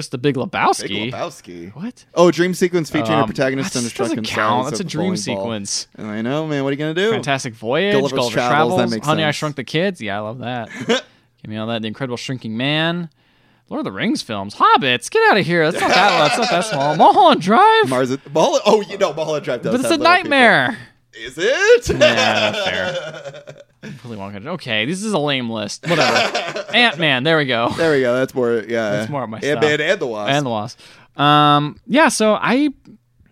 S1: Beetlejuice, The Big Lebowski.
S2: Big Lebowski.
S1: What?
S2: Oh, dream sequence featuring
S1: Um,
S2: a protagonist
S1: that
S2: under truck
S1: doesn't
S2: and
S1: count.
S2: silence
S1: That's
S2: of
S1: a dream
S2: bowling ball.
S1: sequence.
S2: And I know, man. What are you gonna do?
S1: Fantastic Voyage, Gulliver's,
S2: Gulliver's
S1: Travels,
S2: Travels, that makes
S1: Honey, I
S2: sense.
S1: Shrunk the Kids. Yeah, I love that. Give me all that. The Incredible Shrinking Man, Lord of the Rings films, Hobbits. Get out of here. That's not that. that's not that small. Mulholland Drive.
S2: Mars. Mulholland- oh, you know, Mulholland Drive does.
S1: but it's
S2: have
S1: a
S2: little people.
S1: nightmare.
S2: Is it?
S1: Yeah, fair. Willy Wonka. Okay, this is a lame list. Whatever. Ant Man. There we go.
S2: there we go. That's more. Yeah,
S1: That's more up my
S2: and,
S1: style.
S2: and, and the Wasp.
S1: And the Wasp. Um. Yeah. So I.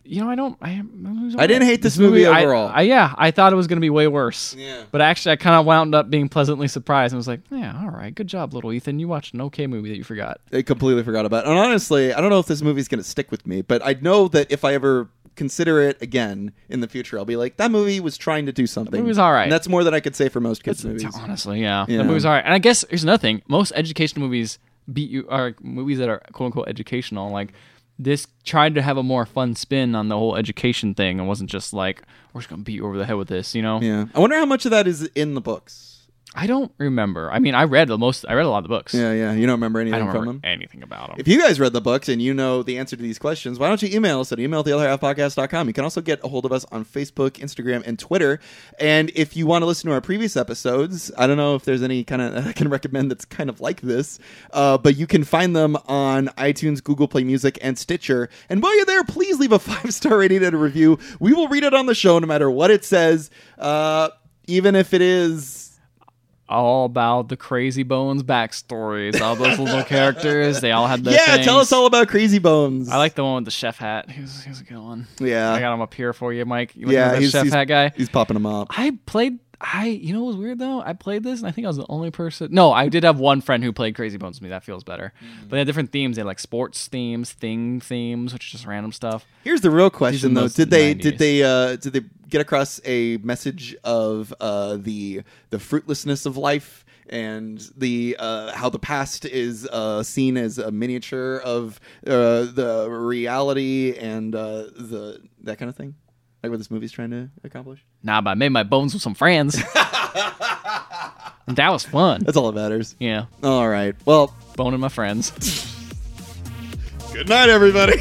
S1: You know, I don't. I,
S2: I didn't hate this movie
S1: I-
S2: overall.
S1: I, yeah, I thought it was going to be way worse.
S2: Yeah.
S1: But actually, I kind of wound up being pleasantly surprised and was like, yeah, all right, good job, little Ethan. You watched an okay movie that you forgot.
S2: I completely forgot about. it. And honestly, I don't know if this movie's going to stick with me, but I know that if I ever consider it again in the future, I'll be like, that movie was trying to do something. It
S1: movie was all right.
S2: And that's more than I could say for most kids' movies.
S1: Honestly, yeah.
S2: Yeah.
S1: The movie's all right. And I guess here's another thing most educational movies beat you, are movies that are quote unquote educational. Like, this tried to have a more fun spin on the whole education thing and wasn't just like, we're just going to beat you over the head with this, you know?
S2: Yeah. I wonder how much of that is in the books.
S1: I don't remember. I mean, I read the most, I read a lot of the books.
S2: Yeah, yeah. You don't remember
S1: I
S2: anything
S1: don't
S2: from
S1: remember
S2: them?
S1: anything about them.
S2: If you guys read the books and you know the answer to these questions, why don't you email us at email the other half podcast.com? You can also get a hold of us on Facebook, Instagram, and Twitter. And if you want to listen to our previous episodes, I don't know if there's any kind of that I can recommend that's kind of like this, uh, but you can find them on iTunes, Google Play Music, and Stitcher. And while you're there, please leave a five star rating and a review. We will read it on the show no matter what it says, uh, even if it is.
S1: all about the crazy bones backstories. All those little characters, they all had their
S2: yeah, tell
S1: things.
S2: us all about Crazy Bones.
S1: I like the one with the chef hat. He's, he's a good one.
S2: Yeah.
S1: I got him up here for you, Mike. You
S2: Uh, yeah,
S1: yeah, that chef hat guy.
S2: He's popping them up.
S1: I played. I you know what was weird though? I played this and I think I was the only person. No, I did have one friend who played Crazy Bones with me. That feels better.
S2: Mm.
S1: But they had different themes. They had like sports themes, thing themes, which is just random stuff.
S2: Here's the real
S1: are
S2: question, though:
S1: most
S2: Did they
S1: 90s.
S2: did they uh, did they get across a message of uh, the the fruitlessness of life and the uh, how the past is uh, seen as a miniature of uh, the reality and uh, the that kind of thing? Like what this movie's trying to accomplish.
S1: Nah, but I made my bones with some friends. and that was fun.
S2: That's all that matters.
S1: Yeah,
S2: All right. Well,
S1: boning my friends.
S2: good night, everybody.